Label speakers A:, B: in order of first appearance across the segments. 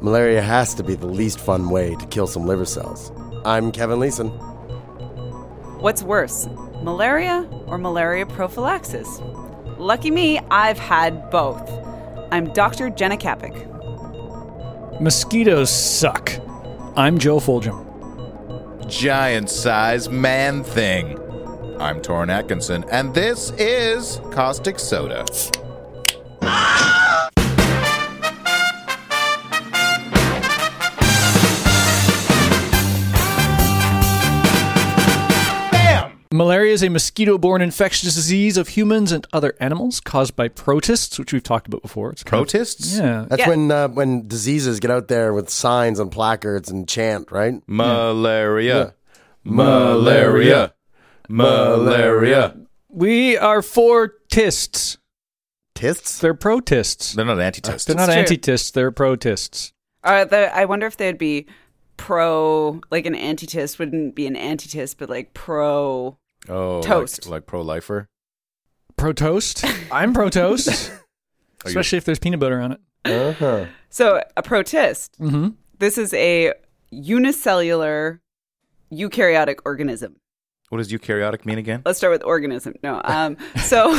A: Malaria has to be the least fun way to kill some liver cells. I'm Kevin Leeson.
B: What's worse, malaria or malaria prophylaxis? Lucky me, I've had both. I'm Dr. Jenna Kapik.
C: Mosquitoes suck. I'm Joe Fulgham.
D: giant size man thing. I'm Torrin Atkinson, and this is Caustic Soda.
C: Malaria is a mosquito borne infectious disease of humans and other animals caused by protists, which we've talked about before. It's kind of-
D: Protists?
C: yeah.
A: That's
B: Yeah.
A: when uh, when diseases get out there with signs and placards and chant, right?
D: Malaria. Malaria. Malaria.
C: We are for tists.
A: Tists?
C: They're protists.
D: They're not antitests.
C: They're not
B: It's true.
C: anti-tists, they're protists.
B: Are Uh, the, I wonder if they'd be pro, like an antitist wouldn't be an antitist, but like pro.
D: oh, like-
B: Toast.
D: Like, pro-lifer.
C: Pro-toast? I'm pro-toast.
D: you-
C: Especially if there's peanut butter on it.
A: Uh-huh.
B: So a protist.
C: Mm-hmm.
B: This is a unicellular eukaryotic organism.
D: What does eukaryotic mean again?
B: let's start with organism. No. Um, so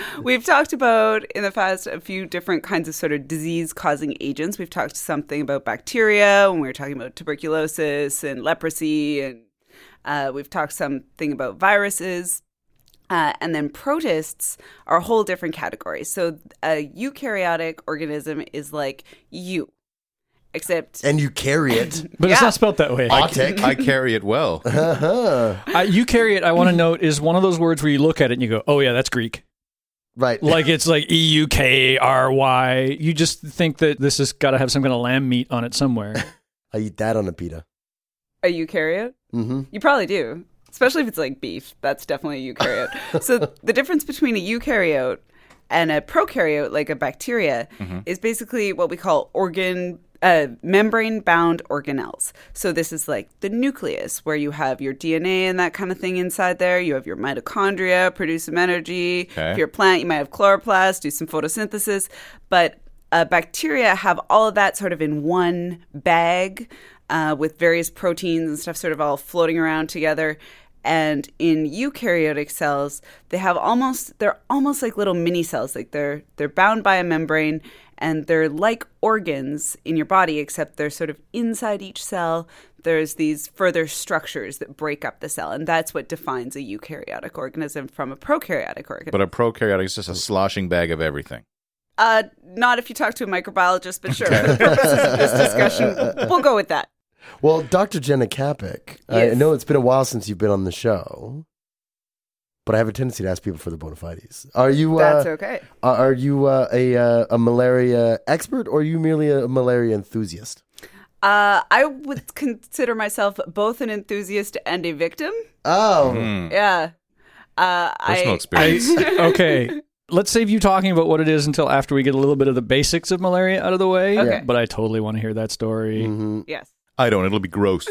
B: we've talked about in the past a few different kinds of sort of disease causing agents. We've talked something about bacteria when we were talking about tuberculosis and leprosy, and uh, we've talked something about viruses. Uh, and then protists are a whole different category. So a eukaryotic organism is like you, except
A: And you carry it.
C: But it's
B: Yeah.
C: not spelled that way.
D: I,
A: Autic.
D: I carry it well.
A: Uh-huh.
C: I, eukaryote, I want to note, is one of those words where you look at it and you go, oh, yeah, that's Greek.
A: Right.
C: Like it's like E U K R Y. You just think that this has got to have some kind of lamb meat on it somewhere.
A: I eat that on a pita.
B: a eukaryote.
A: Mm-hmm.
B: You probably do, especially if it's like beef. That's definitely a eukaryote. so the difference between a eukaryote and a prokaryote, like a bacteria, is basically what we call organ. Uh, membrane bound organelles. So, this is like the nucleus where you have your DNA and that kind of thing inside there. You have your mitochondria produce some energy.
D: Okay.
B: If you're a plant, you might have chloroplasts, do some photosynthesis. But uh, bacteria have all of that sort of in one bag uh, with various proteins and stuff sort of all floating around together. And in eukaryotic cells, they have almost they're almost like little mini cells. Like they're they're bound by a membrane and they're like organs in your body, except they're sort of inside each cell. There's these further structures that break up the cell, and that's what defines a eukaryotic organism from a prokaryotic organism.
D: But a prokaryotic is just a sloshing bag of everything.
B: Uh, not if you talk to a microbiologist, but sure. For the purposes of this
A: Uh,
B: discussion, we'll go with that.
A: Well, Dr. Jenna Kapik, I
B: Yes.
A: know it's been a while since you've been on the show, but I have a tendency to ask people for the bona fides. Are you uh,
B: That's okay.
A: are- are you uh, a uh, a malaria expert or are you merely a malaria enthusiast?
B: Uh, I would consider myself both an enthusiast and a victim.
A: Oh,
C: Hmm.
D: Hmm.
B: Yeah. Uh,
D: Personal
B: I,
D: experience.
C: okay. Let's save you talking about what it is until after we get a little bit of the basics of malaria out of the way.
B: Okay.
C: But I totally want to hear that story.
A: Mm. Mm-hmm.
B: yes.
D: I don't. It'll be gross.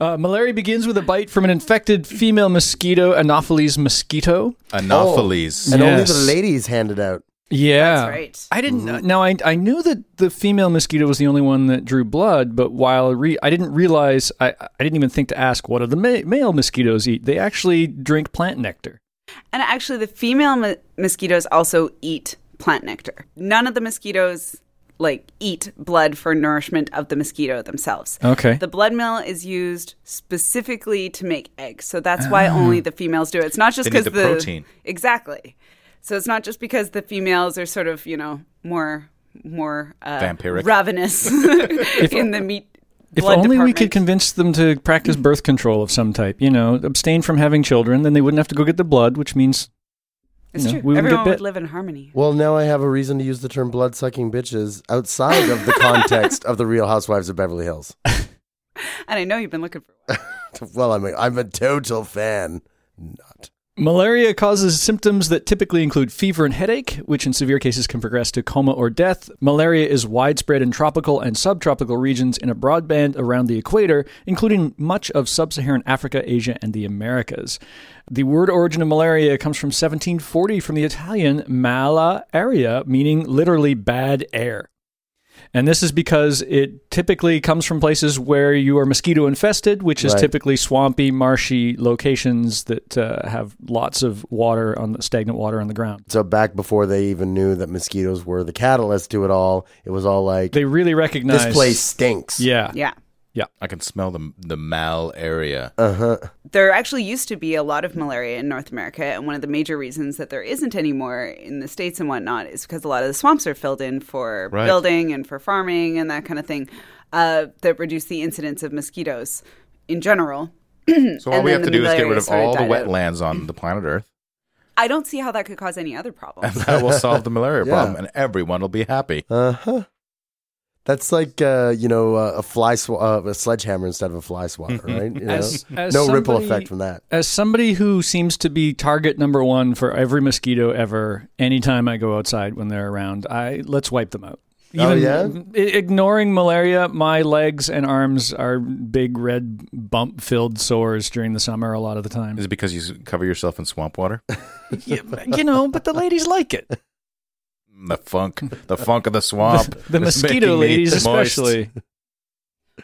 C: Uh, malaria begins with a bite from an infected female mosquito, Anopheles mosquito.
D: Anopheles.
A: and only
C: Yes.
A: the ladies hand it out.
C: Yeah.
B: That's right.
C: I didn't now I I knew that the female mosquito was the only one that drew blood, but while re, I didn't realize I I didn't even think to ask what do the ma- male mosquitoes eat? They actually drink plant nectar.
B: And actually, the female mo- mosquitoes also eat plant nectar. None of the mosquitoes like eat blood for nourishment of the mosquito themselves.
C: Okay.
B: The blood meal is used specifically to make eggs. So that's why only the females do it. It's not just
D: They need
B: because
D: the protein.
B: Exactly. So it's not just because the females are sort of, you know, more more uh,
D: Vampiric.
B: ravenous in the meat
C: if
B: blood
C: only we could
B: department.
C: convince them to practice birth control of some type, you know, abstain from having children, then they wouldn't have to go get the blood, which means
B: It's
C: you know,
B: true.
C: we would get
B: Everyone
C: bit.
B: would live in harmony.
A: Well, now I have a reason to use the term blood sucking bitches outside of the context of the Real Housewives of Beverly Hills.
B: And I know you've been looking for one.
A: Well, I'm a, I'm a total fan. Not.
C: Malaria causes symptoms that typically include fever and headache, which in severe cases can progress to coma or death. Malaria is widespread in tropical and subtropical regions in a broad band around the equator, including much of sub Saharan Africa, Asia, and the Americas. The word origin of malaria comes from 1740 from the Italian mala area, meaning literally bad air. And this is because it typically comes from places where you are mosquito infested, which is
A: Right.
C: typically swampy, marshy locations that uh, have lots of water on the stagnant water on the ground.
A: So back before they even knew that mosquitoes were the catalyst to it all, it was all like
C: They really recognize
A: this place stinks.
C: Yeah.
B: Yeah.
D: I can smell the the mal area.
A: Uh-huh.
B: There actually used to be a lot of malaria in North America, and one of the major reasons that there isn't anymore in the States and whatnot is because a lot of the swamps are filled in for
D: Right.
B: building and for farming and that kind of thing uh, that reduce the incidence of mosquitoes in general.
D: so all
B: and
D: we
B: then the
D: have to do is get
B: malaria
D: rid of
B: sort of
D: all the
B: died out.
D: wetlands on the planet Earth.
B: I don't see how that could cause any other problem.
D: That will solve the malaria
A: Yeah.
D: problem, and everyone will be happy.
A: Uh huh. That's like uh, you know uh, a fly sw- uh, a sledgehammer instead of a fly swatter, right? You know?
C: As- as
A: no ripple
C: somebody-
A: effect from that.
C: As somebody who seems to be target number one for every mosquito ever, anytime I go outside when they're around, I let's wipe them out.
A: Oh, yeah?
C: i- ignoring malaria, my legs and arms are big red bump-filled sores during the summer a lot of the time.
D: Is it because you s- cover yourself in swamp water?
C: you, you know, but the ladies like it.
D: The funk, the funk of the swamp.
C: The
D: is
C: mosquito
D: making me
C: ladies,
D: moist.
C: especially.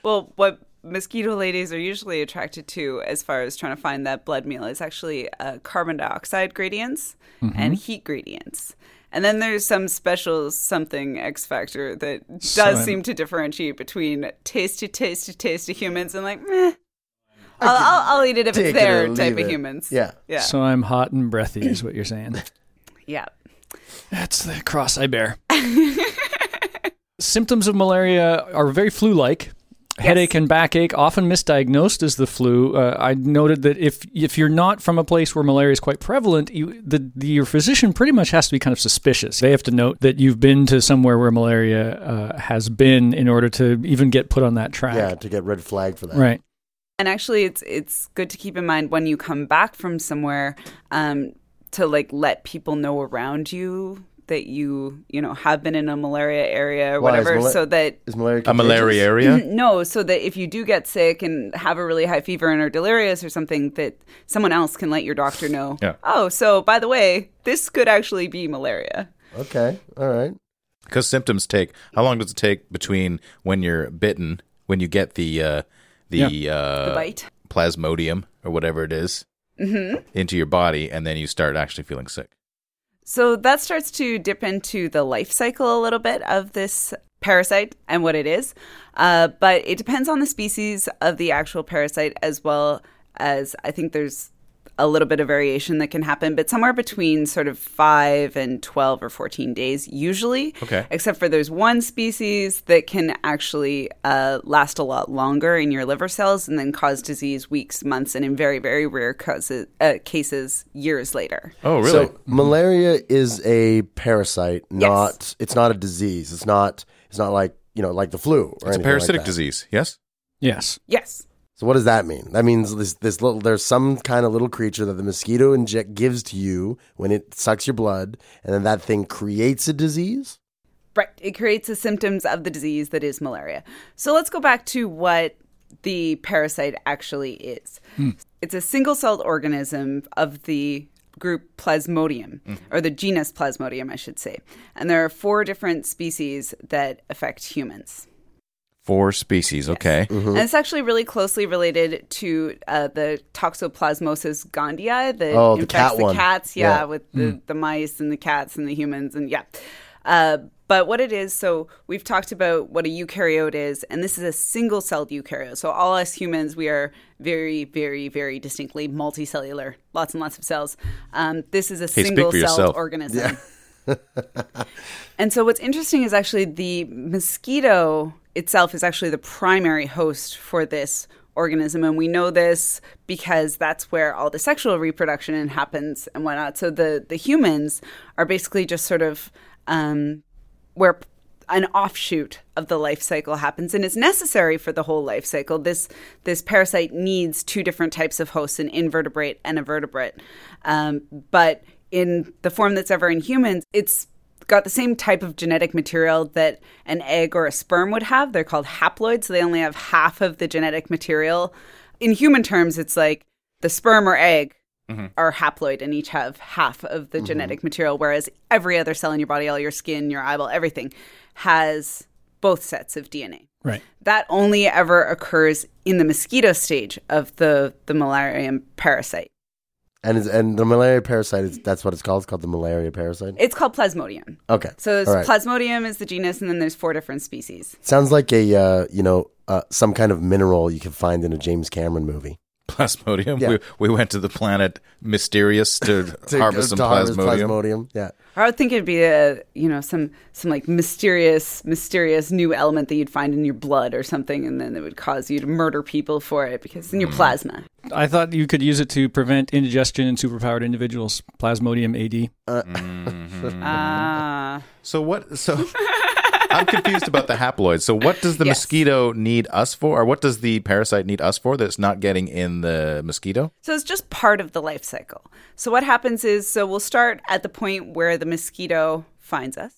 B: Well, what mosquito ladies are usually attracted to as far as trying to find that blood meal is actually uh, carbon dioxide gradients
A: Mm-hmm.
B: and heat gradients. And then there's some special something X factor that does
C: Some-
B: seem to differentiate between tasty, tasty, tasty humans and like, meh. I'll, I'll, I'll eat it if
A: Take
B: it's
A: it
B: there
A: or leave
B: type of
A: it.
B: humans.
A: Yeah.
B: Yeah.
C: So I'm hot and breathy, is what you're saying.
B: yeah.
C: That's the cross I bear. Symptoms of malaria are very flu like. Headache and backache, often misdiagnosed as the flu. Uh, I noted that if if you're not from a place where malaria is quite prevalent, you, the, the, your physician pretty much has to be kind of suspicious. They have to note that you've been to somewhere where malaria uh, has been in order to even get put on that track.
A: Yeah, to get red flag for that.
C: Right.
B: And actually, it's it's good to keep in mind when you come back from somewhere um, to like let people know around you that you you know have been in a malaria area or
A: Why, is
B: whatever,
A: mala-
B: so that Mm,
A: Is malaria
D: A
A: contagious?
D: malaria area.
B: no, so that if you do get sick and have a really high fever and are delirious or something, that someone else can let your doctor know.
D: Yeah.
B: Oh, so by the way, this could actually be malaria.
A: Okay. All right.
D: Because symptoms take how long does it take between when you're bitten, when you get the uh, the, uh,
B: The bite. Mm-hmm.
D: plasmodium or whatever it is into your body, and then you start actually feeling sick?
B: So that starts to dip into the life cycle a little bit of this parasite and what it is. Uh, but it depends on the species of the actual parasite, as well as I think there's a little bit of variation that can happen, but somewhere between sort of five and 12 or 14 days, usually.
D: Okay.
B: Except for there's one species that can actually uh, last a lot longer in your liver cells and then cause disease weeks, months, and in very, very rare causes, uh, cases, years later.
D: Oh, really?
A: So malaria is a parasite, not it's not a disease. It's not it's not like you know like the flu. Or
D: it's a
A: anything like
D: parasitic
A: that.
D: disease. Yes.
C: Yes.
B: Yes.
A: So what does that mean? That means this, this little there's some kind of little creature that the mosquito inject gives to you when it sucks your blood, and then that thing creates a disease.
B: Right. It creates the symptoms of the disease that is malaria. So let's go back to what the parasite actually is. It's a single celled organism of the group Plasmodium, or the genus Plasmodium, I should say. And there are four different species that affect humans.
D: Four species. Okay.
B: And it's actually really closely related to uh, the toxoplasmosis gondii that
A: Oh, the
B: infects
A: cat
B: the
A: one.
B: cats. Yeah,
A: Yeah.
B: with the, the mice and the cats and the humans and yeah. Uh, but what it is, so we've talked about what a eukaryote is, and this is a single celled eukaryote. So all us humans, we are very, very, very distinctly multicellular, lots and lots of cells. Um, this is a
D: speak for
B: single celled
D: yourself.
B: organism. And so what's interesting is actually the mosquito itself is actually the primary host for this organism and we know this because that's where all the sexual reproduction happens and whatnot so the the humans are basically just sort of um where p- an offshoot of the life cycle happens and is necessary for the whole life cycle. This this parasite needs two different types of hosts: an invertebrate and a vertebrate. Um, but in the form that's ever in humans, it's got the same type of genetic material that an egg or a sperm would have. They're called haploids. So they only have half of the genetic material. In human terms, it's like the sperm or egg
A: Mm-hmm.
B: are haploid and each have half of the genetic material, whereas every other cell in your body, all your skin, your eyeball, everything has both sets of DNA.
C: Right.
B: That only ever occurs in the mosquito stage of the, the malarium parasite.
A: And it's, and the malaria parasite is that's what it's called. It's called the malaria parasite.
B: It's called Plasmodium.
A: Okay.
B: So it's
A: All right.
B: Plasmodium is the genus, and then there's four different species.
A: Sounds like a uh, you know uh, some kind of mineral you can find in a James Cameron movie.
D: Plasmodium.
A: Yeah.
D: We, we went to the planet Mysterious to, harvest some
A: to harvest
D: plasmodium.
A: plasmodium. Yeah.
B: I would think it'd be a you know some some like mysterious mysterious new element that you'd find in your blood or something, and then it would cause you to murder people for it because in your
A: Mm-hmm.
B: plasma.
C: I thought you could use it to prevent indigestion in superpowered individuals. Plasmodium AD.
A: Oh,
B: Ah,
D: So what? So I'm confused about the haploid. So what does the
B: Yes.
D: mosquito need us for, or what does the parasite need us for that's not getting in the mosquito?
B: so it's just part of the life cycle. So what happens is, so we'll start at the point where the mosquito finds us,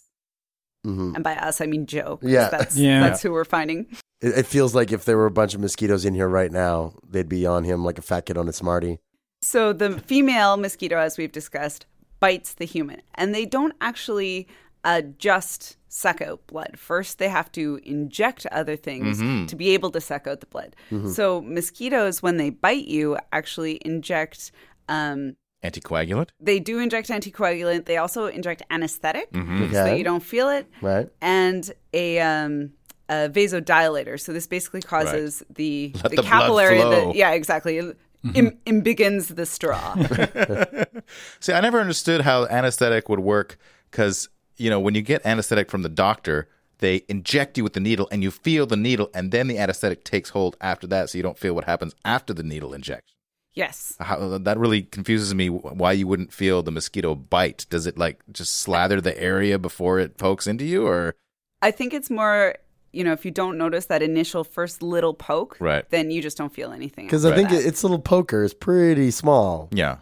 B: and by us I mean Joe. 'cause
A: Yeah.
B: that's,
C: Yeah.
B: that's who we're finding.
A: It, it feels like if there were a bunch of mosquitoes in here right now, they'd be on him like a fat kid on a smartie.
B: So the female mosquito, as we've discussed, bites the human, and they don't actually uh, just suck out blood. First, they have to inject other things to be able to suck out the blood. So mosquitoes, when they bite you, actually inject. Um,
D: Anticoagulant.
B: they do inject anticoagulant. They also inject anesthetic,
D: Mm-hmm.
B: so
A: Okay.
B: that you don't feel it
A: Right.
B: and a um a vasodilator. So this basically causes the
D: Let the blood
B: capillary
D: flow. Mm-hmm.
B: yeah, exactly. It Im- imbiggens the straw.
D: See, I never understood how anesthetic would work because you know when you get anesthetic from the doctor, they inject you with the needle and you feel the needle, and then the anesthetic takes hold after that, so you don't feel what happens after the needle injection.
B: yes.
D: How, that really confuses me. wh- Why you wouldn't feel the mosquito bite? Does it like just slather the area before it pokes into you, or
B: I think it's more, you know, if you don't notice that initial first little poke,
D: Right.
B: then you just don't feel anything.
A: Because
B: after
A: I think
B: that.
A: it, its little poker is pretty small.
D: yeah?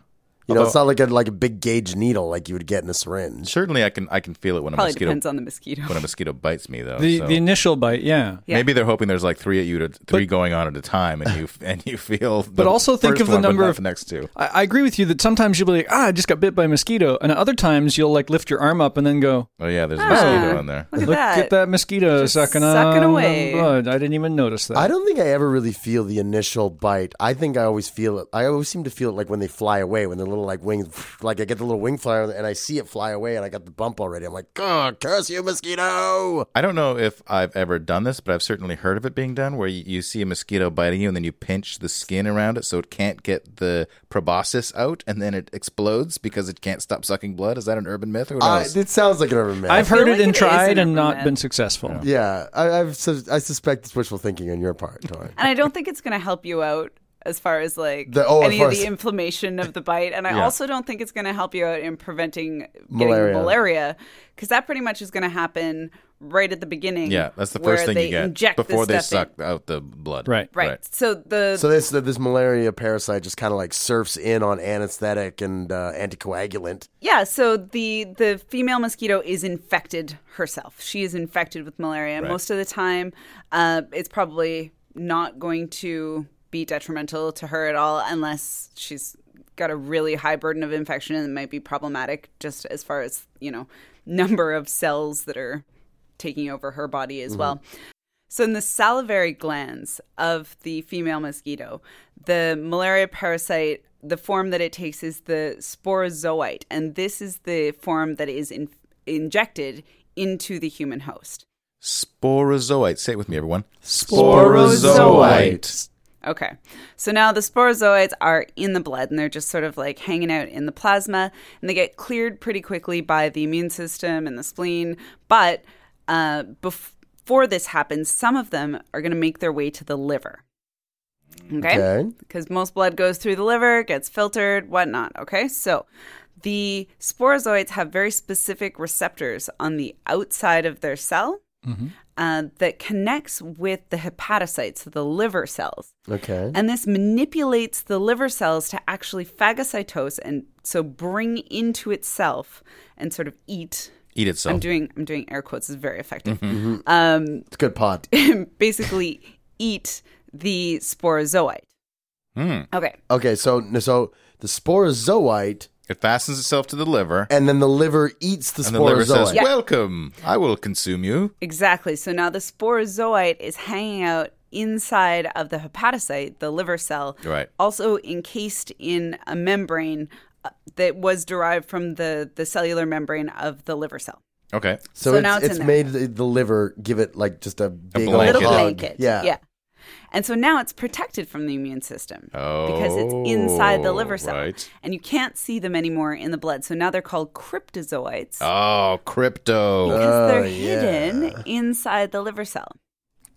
A: You know, it's not like a like a big gauge needle like you would get in a syringe.
D: Certainly, I can I can feel it when a
B: probably
D: mosquito
B: depends on the mosquito.
D: when a mosquito bites me though.
C: The
D: so.
C: the initial bite, yeah.
B: Yeah.
D: Maybe they're hoping there's like three at you to three going on at a time, and you and you feel. The
C: But also think
D: first
C: of the
D: one, but
C: number
D: not
C: of-
D: the next two.
C: I, I agree with you that sometimes you'll be like, ah, I just got bit by a mosquito, and other times you'll like lift your arm up and then go,
D: Oh yeah,
B: Ah.
D: there's a mosquito in there.
B: Look at
C: look
B: that.
C: at that mosquito
B: Just
C: sucking,
B: sucking
C: on the
B: away.
C: blood. I didn't even notice that.
A: I don't think I ever really feel the initial bite. I think I always feel it. I always seem to feel it like when they fly away, when the little like wings, like I get the little wing flyer and I see it fly away and I got the bump already. I'm like, oh, curse you, mosquito.
D: I don't know if I've ever done this, but I've certainly heard of it being done, where you, you see a mosquito biting you, and then you pinch the skin around it so it can't get the proboscis out, and then it explodes because it can't stop sucking blood. Is that an urban myth? Who
B: Uh,
A: I,
D: knows?
A: Uh, it sounds like an urban myth.
C: I've heard
B: feel
C: it
B: like
C: and
B: it is
C: tried
B: an
C: and
B: urban
C: not
B: myth.
C: been successful.
A: yeah, I, I've sus- I suspect it's wishful thinking on your part, Tori.
B: and I don't think it's going to help you out as far as like
A: The- oh, of
B: any of,
A: course.
B: the inflammation of the bite. And I also don't think it's going to help you out in preventing getting
A: Malaria.
B: malaria, malaria because that pretty much is going to happen right at the beginning.
D: yeah, that's the
B: where
D: first thing
B: they
D: you get
B: inject the
D: before they
B: stuff
D: suck
B: in.
D: out the blood.
C: Right.
B: Right. So the
A: So this this malaria parasite just kind of like surfs in on anesthetic and uh, anticoagulant.
B: Yeah, so the the female mosquito is infected herself. She is infected with malaria. Most of the time, uh, it's probably not going to be detrimental to her at all, unless she's got a really high burden of infection and it might be problematic just as far as you know number of cells that are taking over her body as well. So, in the salivary glands of the female mosquito, the malaria parasite, the form that it takes is the sporozoite, and this is the form that is in- injected into the human host.
D: Sporozoite. Say it with me, everyone.
A: Sporozoite.
B: Okay, so now the sporozoites are in the blood and they're just sort of like hanging out in the plasma, and they get cleared pretty quickly by the immune system and the spleen. But uh, bef- before this happens, some of them are going to make their way to the liver. Okay.
A: Okay.
B: because most blood goes through the liver, gets filtered, whatnot. Okay, so the sporozoites have very specific receptors on the outside of their cell uh, that connects with the hepatocytes, so the liver cells,
A: Okay.
B: and this manipulates the liver cells to actually phagocytose and so bring into itself and sort of eat.
D: Eat itself.
B: I'm doing I'm doing air quotes. It's very effective. Um,
A: It's a good pot.
B: basically, eat the sporozoite.
D: Hmm.
B: Okay.
A: Okay, so so the sporozoite
D: It fastens itself to the liver,
A: and then the liver eats the
D: and the liver says,
A: sporozoite.
B: Yeah.
D: "Welcome, I will consume you."
B: Exactly. So now the sporozoite is hanging out inside of the hepatocyte, the liver cell,
D: Right.
B: also encased in a membrane uh, that was derived from the, the cellular membrane of the liver cell.
D: Okay,
A: So,
B: So
A: it's,
B: now it's
A: it's
B: in there.
A: made the, the liver give it like just a big
B: A
D: Blanket.
B: little
A: old hug.
B: blanket.
A: Yeah.
B: Yeah. And so now it's protected from the immune system because it's
D: Oh,
B: inside the liver cell.
D: right.
B: And you can't see them anymore in the blood. So now they're called cryptozoites
D: Oh, crypto.
B: because
A: Oh,
B: they're
A: yeah.
B: hidden inside the liver cell.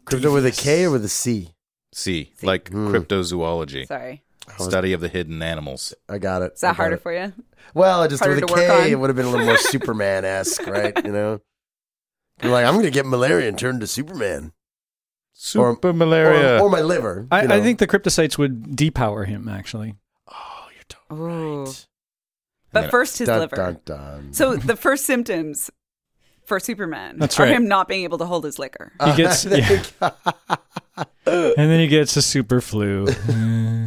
A: Crypto with a K or with a C?
D: See, like cryptozoology,
B: Sorry.
D: study of the hidden animals.
A: I got it.
B: Is that
A: I got
B: harder
A: it.
B: for you?
A: Well, I just
B: harder
A: with a
B: to work on?
A: K, it would have been a little more Superman esque, right? You know, you're like, I'm going to get malaria and turn to Superman, Or-
D: Super malaria.
A: or, or my liver.
C: I,
A: you know.
C: I think the cryptocytes would depower him, actually.
A: Oh, you're totally
B: Ooh.
A: right.
B: But first, his
A: dun,
B: liver.
A: Dun, dun.
B: So the first symptoms for Superman
C: That's
B: are
C: right.
B: him not being able to hold his liquor.
C: He gets, yeah.
A: Uh.
C: and then he gets a super flu.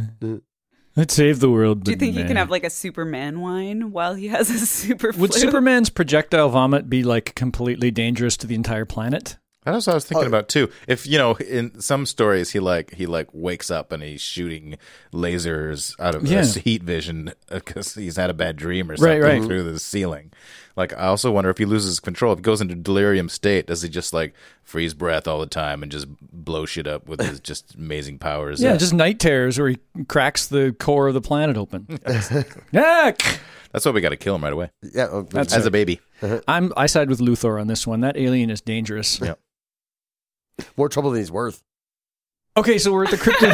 C: Let's save the world.
B: Do you
C: but
B: think he can
C: nah.
B: have like a Superman wine while he has a super
C: Would
B: flu?
C: Superman's projectile vomit be like completely dangerous to the entire planet?
D: That's what I was thinking about too. If you know, in some stories, he like he like wakes up and he's shooting lasers out of
C: Yeah.
D: his heat vision because he's had a bad dream or
C: Right,
D: something
C: right.
D: through the ceiling. Like I also wonder if he loses control, if he goes into delirium state, does he just like freeze breath all the time and just blow shit up with his just amazing powers?
C: Yeah, just night terrors where he cracks the core of the planet open. yeah,
D: Uh, that's why we got to kill him right away
A: yeah, oh,
C: That's-
D: as a baby.
C: I'm I side with Luthor on this one. That alien is dangerous.
D: Yeah.
A: more trouble than he's worth.
C: Okay, so we're at the crypto.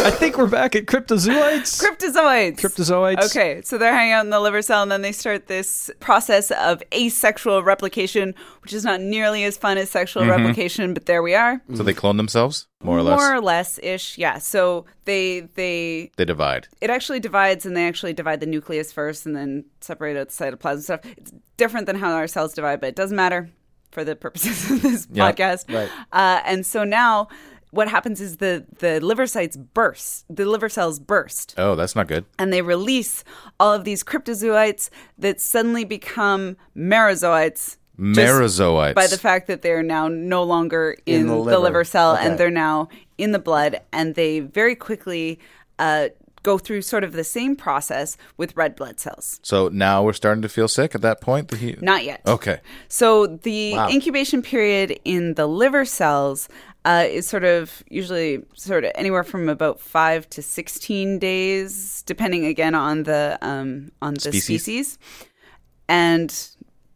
C: I think we're back at cryptozoites.
B: Cryptozoites.
C: cryptozoites.
B: Okay, so they're hanging out in the liver cell, and then they start this process of asexual replication, which is not nearly as fun as sexual replication, but there we are.
D: So they clone themselves, more or less.
B: More or less ish, yeah. So they they
D: they divide.
B: it actually divides and they actually divide the nucleus first and then separate out the cytoplasm and stuff. It's different than how our cells divide, but it doesn't matter for the purposes of this
D: Yeah,
B: podcast.
A: right.
B: Uh, and so now what happens is the, the liver sites burst, the liver cells burst
D: Oh, that's not good.
B: and they release all of these cryptozoites that suddenly become merozoites. just
D: Merozoites.
B: By the fact that they're now no longer in,
A: the
B: the, liver.
A: liver.
B: cell
A: Okay.
B: and they're now in the blood, and they very quickly uh, go through sort of the same process with red blood cells.
D: so now we're starting to feel sick at that point. The he-
B: Not yet.
D: okay.
B: So the incubation period in the liver cells uh, is sort of usually sort of anywhere from about five to sixteen days, depending again on the um, on the
D: Species.
B: species. And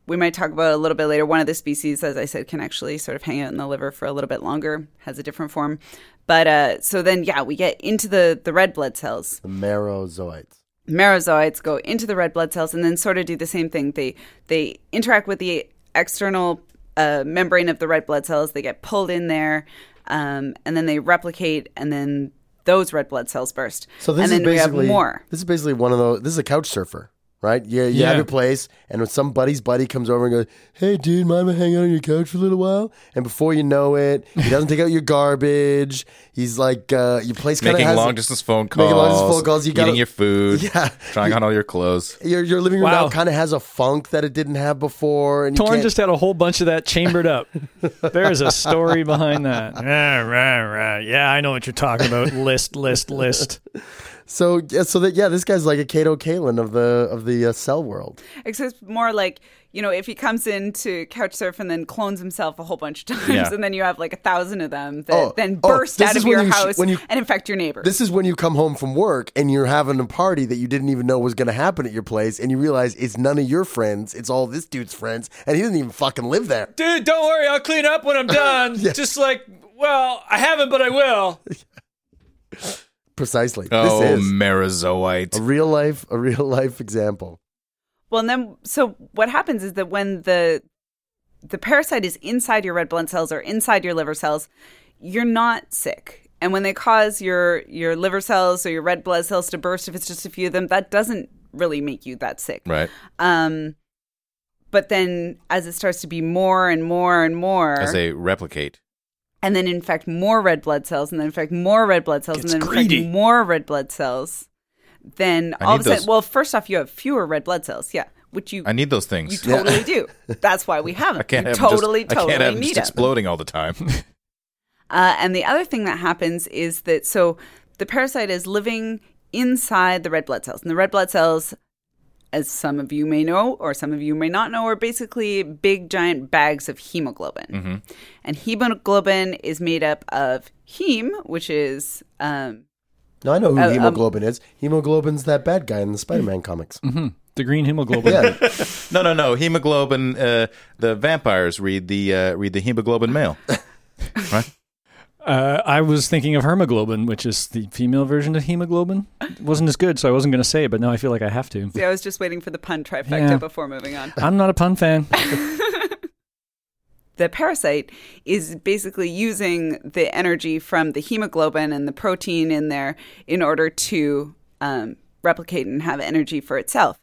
B: we might talk about it a little bit later. One of the species, as I said, can actually sort of hang out in the liver for a little bit longer, has a different form. But uh, so then, yeah, we get into the the red blood cells
A: The merozoites.
B: merozoites go into the red blood cells and then sort of do the same thing. They they interact with the external uh, membrane of the red blood cells. They get pulled in there, um, and then they replicate, and then those red blood cells burst.
A: So this
B: and then
A: is basically
B: we have more.
A: This is basically one of those. This is a couch surfer, right? Yeah, you have
C: Yeah.
A: your place, and when some buddy's buddy comes over and goes, "Hey, dude, mind if I hang out on your couch for a little while?" And before you know it, he doesn't take out your garbage. He's like, uh, "Your place kind of
D: making
A: has
D: long distance phone calls,
A: Making long distance phone calls, you gotta-
D: eating your food,
A: Yeah.
D: trying on all your clothes.
A: your, your living room
C: Wow.
A: now kind of has a funk that it didn't have before." And you
C: Torn
A: can't-
C: just had a whole bunch of that chambered up. There's a story behind that. Yeah, right, right. Yeah, I know what you're talking about. List, list, list.
A: so yeah, so that yeah, this guy's like a Kato Kalin of the of the uh, cell world.
B: Except more like you know, if he comes in to couch surf and then clones himself a whole bunch of times,
D: Yeah.
B: and then you have like a thousand of them that
A: Oh,
B: then
A: oh,
B: burst
A: this
B: out
A: is
B: of
A: when
B: your
A: you sh-
B: house
A: when you-
B: and infect your neighbors.
A: This is when you come home from work and you're having a party that you didn't even know was going to happen at your place, and you realize it's none of your friends, it's all this dude's friends, and he doesn't even fucking live there.
C: Dude, don't worry. I'll clean up when I'm done. Just like, well, I haven't, but I will.
A: Precisely.
D: Oh,
A: this is
D: Merozoite.
A: a real life, a real life example.
B: Well, and then so what happens is that when the the parasite is inside your red blood cells or inside your liver cells, you're not sick. And when they cause your your liver cells or your red blood cells to burst, if it's just a few of them, that doesn't really make you that sick.
D: Right.
B: Um, but then as it starts to be more and more and more,
D: As they replicate.
B: and then infect more red blood cells, and then infect more red blood cells,
C: Gets
B: and then
C: greedy.
B: infect more red blood cells. then all of a
D: need
B: sudden,
D: those-
B: well, first off, you have fewer red blood cells. Yeah, which you
D: I need those
B: you
D: things.
B: totally do. That's why we have them.
D: I can't
B: you
D: have 'em
B: totally,
D: just,
B: totally
D: I can't have 'em
B: need
D: just
B: 'em.
D: exploding all the time.
B: Uh, and the other thing that happens is that so the parasite is living inside the red blood cells, and the red blood cells, as some of you may know or some of you may not know, are basically big giant bags of hemoglobin.
D: Mm-hmm.
B: And hemoglobin is made up of heme, which is um,
A: No, I know who
B: Uh, um,
A: hemoglobin is. Hemoglobin's that bad guy in the Spider-Man comics.
B: Mm-hmm.
C: Hmm. The green hemoglobin.
A: Yeah,
D: no, no, no. Hemoglobin. Uh, the vampires read the uh, read the hemoglobin mail. right.
C: Uh, I was thinking of hermoglobin, which is the female version of hemoglobin. It wasn't as good, so I wasn't going to say it, but now I feel like I have to.
B: see, I was just waiting for the pun trifecta
C: Yeah.
B: before moving on.
C: I'm not a pun fan.
B: the parasite is basically using the energy from the hemoglobin and the protein in there in order to um, replicate and have energy for itself.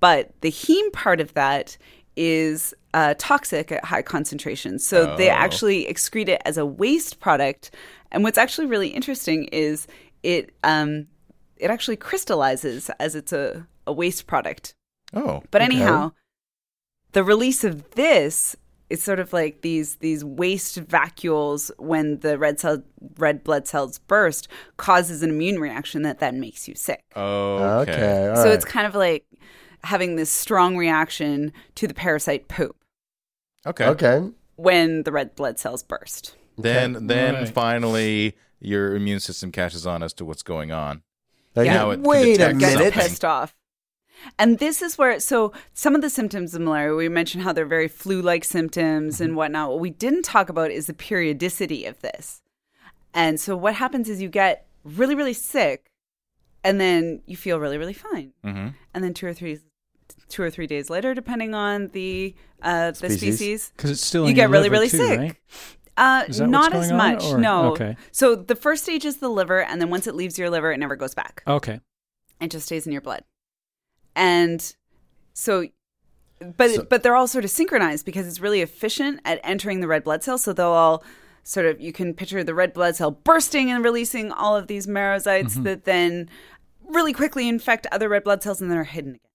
B: But the heme part of that is uh, toxic at high concentrations. So they
D: Oh.
B: actually excrete it as a waste product. And what's actually really interesting is it um, it actually crystallizes as it's a, a waste product.
D: Oh.
B: But anyhow, the release of this is sort of like these these waste vacuoles when the red cell red blood cells burst causes an immune reaction that then makes you sick.
D: Okay.
A: okay. all
B: so
A: right.
B: it's kind of like having this strong reaction to the parasite poop
D: Okay.
A: okay.
B: when the red blood cells burst.
D: Then then
C: Right.
D: finally your immune system catches on as to what's going on.
A: Like,
B: Yeah.
D: Now it can
A: wait a
D: detect
B: Got
A: minute.
D: something.
B: pissed off. And this is where, so some of the symptoms of malaria, we mentioned how they're very flu like symptoms
C: Mm-hmm.
B: and whatnot. What we didn't talk about is the periodicity of this. And so what happens is you get really, really sick and then you feel really, really fine.
D: Mm-hmm.
B: And then two or three, two or three days later, depending on the, uh, the
A: Species.
B: species,
C: Because it's still in
B: you
C: your
B: get really,
C: liver
B: really
C: too,
B: sick.
C: right?
B: Uh,
C: Is that what's
B: not
C: going
B: as
C: on,
B: much,
C: or-
B: no.
C: okay.
B: So the first stage is the liver, and then once it leaves your liver, it never goes back
C: Okay.
B: it just stays in your blood and so but
A: So-
B: but they're all sort of synchronized because it's really efficient at entering the red blood cell so they'll all sort of you can picture the red blood cell bursting and releasing all of these merozytes
D: Mm-hmm.
B: that then really quickly infect other red blood cells and then are hidden again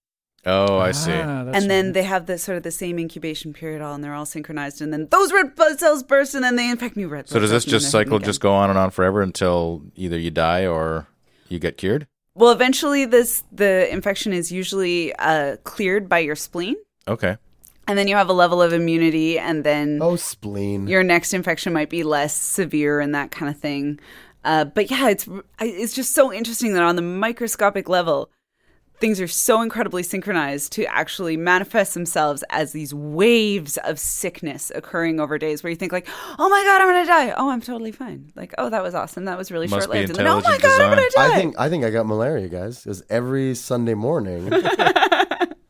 D: Oh, I see.
C: Ah, that's
B: and then
C: right.
B: they have the sort of the same incubation period all and they're all synchronized and then those red blood cells burst and then they infect new red
D: So
B: blood
D: does
B: cells
D: this
B: and then
D: just
B: they're hidden
D: cycle
B: again.
D: just go on and on forever until either you die or you get cured?
B: well eventually this the infection is usually uh, cleared by your spleen
D: Okay.
B: and then you have a level of immunity and then
A: Oh, spleen.
B: your next infection might be less severe and that kind of thing uh, but yeah it's I- it's just so interesting that on the microscopic level things are so incredibly synchronized to actually manifest themselves as these waves of sickness occurring over days where you think like oh my god i'm gonna die oh i'm totally fine like oh that was awesome that was really
D: Must be
B: short lived and then oh my
D: intelligent
B: god i'm gonna
D: design.
B: die
A: I think I think I got malaria, guys. Because every Sunday morning,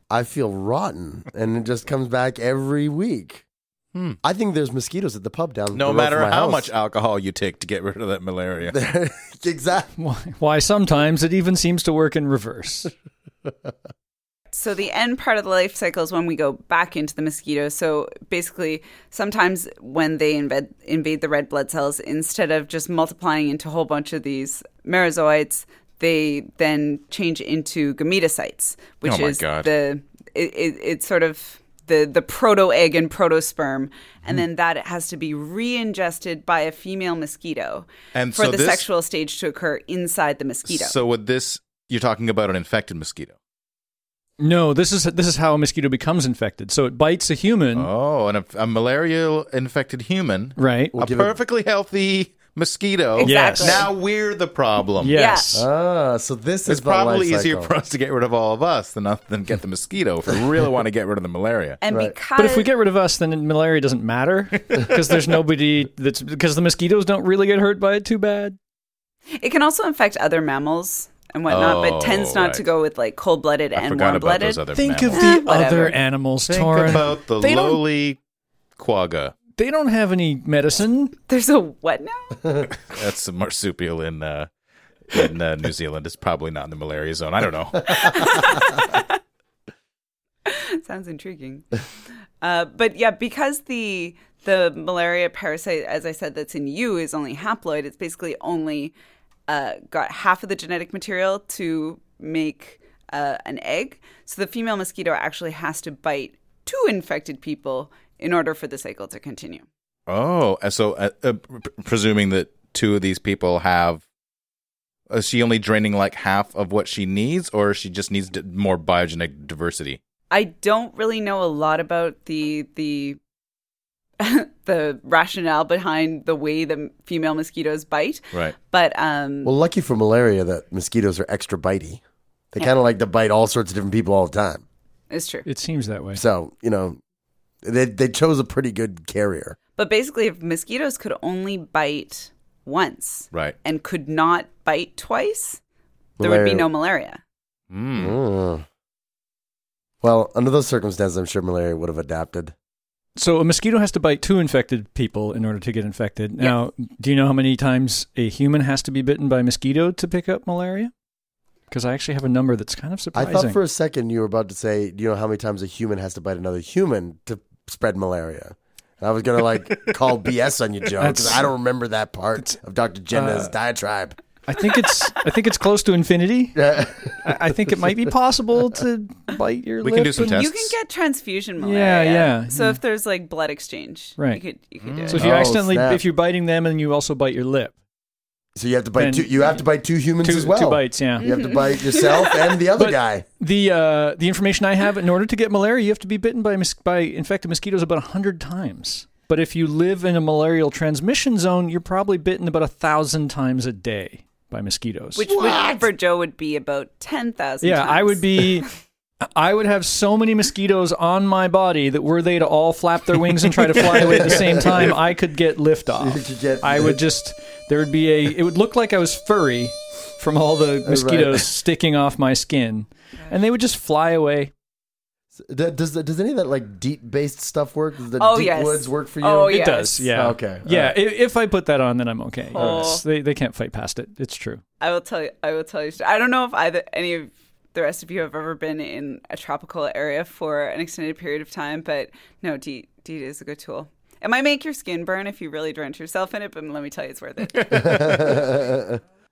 A: I feel rotten, and it just comes back every week. I think there's mosquitoes at the pub down.
D: No
A: the road
D: matter
A: from my
D: how
A: house.
D: much alcohol you take to get rid of that malaria.
A: exactly.
C: Why, why sometimes it even seems to work in reverse.
B: So the end part of the life cycle is when we go back into the mosquito. So basically, sometimes when they invade, invade the red blood cells, instead of just multiplying into a whole bunch of these merozoites, they then change into gametocytes, which
D: Oh my
B: is
D: God.
B: the it, it, it's sort of the the proto egg and protosperm,
D: Hmm.
B: and then that has to be re-ingested by a female mosquito
D: And
B: for
D: so
B: the
D: this-
B: sexual stage to occur inside the mosquito.
D: So with this you're talking about an infected mosquito.
C: No, this is this is how a mosquito becomes infected. So it bites a human,
D: Oh, and a, a malaria infected human,
C: right?
A: We'll
D: a
A: give it-
D: perfectly healthy mosquito.
C: Yes.
B: exactly.
D: Now we're the problem.
C: Yes.
A: Ah, so this is
D: It's
A: the life
D: probably easier
A: cycle.
D: for us to get rid of all of us than than get the mosquito if we really want to get rid of the malaria.
B: and
A: Right.
B: because
C: But if we get rid of us, then malaria doesn't matter because there's nobody that's because the mosquitoes don't really get hurt by it too bad.
B: It can also infect other mammals and whatnot,
D: Oh,
B: but tends not
D: right.
B: to go with like cold blooded
D: I
B: and
D: forgot
B: warm
D: about
B: blooded.
D: those other
C: Think
D: mammals.
B: Eh,
C: of the
B: whatever.
C: other animals,
D: Think
C: Torin.
D: about the
C: They don't-
D: lowly quagga.
C: They don't have any medicine.
B: There's a what now?
D: That's a marsupial in uh, in uh, New Zealand. It's probably not in the malaria zone. I don't know.
B: Sounds intriguing. Uh, but yeah, because the the malaria parasite, as I said, that's in you is only haploid. It's basically only uh, got half of the genetic material to make uh, an egg. So the female mosquito actually has to bite two infected people in order for the cycle to continue.
D: Oh, and so uh, uh, pr- presuming that two of these people have, uh, is she only draining like half of what she needs, or she just needs d- more biogenic diversity?
B: I don't really know a lot about the the the rationale behind the way the female mosquitoes bite,
D: Right.
B: but um,
A: Well, lucky for malaria that mosquitoes are extra bitey. They kind of like to bite all sorts of different people all the time.
B: it's true.
C: It seems that way.
A: So you know, they they chose a pretty good carrier.
B: But basically, if mosquitoes could only bite once
D: Right.
B: and could not bite twice, there would be
A: Malaria-
B: no malaria.
D: Mm.
A: Mm. Well, under those circumstances, I'm sure malaria would have adapted.
C: So a mosquito has to bite two infected people in order to get infected. Now, do you know how many times a human has to be bitten by a mosquito to pick up malaria? Because I actually have a number that's kind of surprising.
A: I thought for a second you were about to say, do you know how many times a human has to bite another human to spread malaria? And I was gonna like call BS on you, Joe, because
C: That's- uh,
A: I don't remember that part of Dr. Jenna's diatribe.
C: I think it's I think it's close to infinity. I, I think it might be possible to bite your.
D: We
C: lip
D: can do some
C: and-
D: tests.
B: You can get transfusion
C: Yeah,
B: malaria.
C: yeah.
B: So if there's like blood exchange, you
C: Right. Mm.
B: could you could do it.
C: So if you
A: Oh,
C: accidentally,
A: snap.
C: if you're biting them and you also bite your lip,
A: So you have to bite
C: Then-
A: two. You have to bite two humans
C: two,
A: as well.
C: two bites, yeah.
A: You have to bite yourself and the other
C: But-
A: guy.
C: The uh, the information I have, in order to get malaria, you have to be bitten by mos- by infected mosquitoes about hundred times. But if you live in a malarial transmission zone, you're probably bitten about a thousand times a day by mosquitoes.
B: Which would, for Joe would be about ten thousand.
C: yeah, I would be. I would have so many mosquitoes on my body that were they to all flap their wings and try to fly away at the same time, I could get
A: You
C: liftoff.
A: could get-
C: I would just there would be a it would look like I was furry from all the mosquitoes sticking off my skin, and they would just fly away.
A: Th- Does does any of that like deep based stuff work? Does the
B: Oh,
A: deep
B: yes.
A: woods work for you?
B: Oh,
C: It
B: yes.
C: does, yeah.
A: Okay, all
C: Yeah,
A: right.
C: i if I put that on, then I'm okay.
B: Oh.
C: Yes, they, they can't fight past it. It's true.
B: I will tell you. I will tell you. I don't know if either any of the rest of you have ever been in a tropical area for an extended period of time, but no, DEET, DEET is a good tool. It might make your skin burn if you really drench yourself in it, but let me tell you, it's worth it.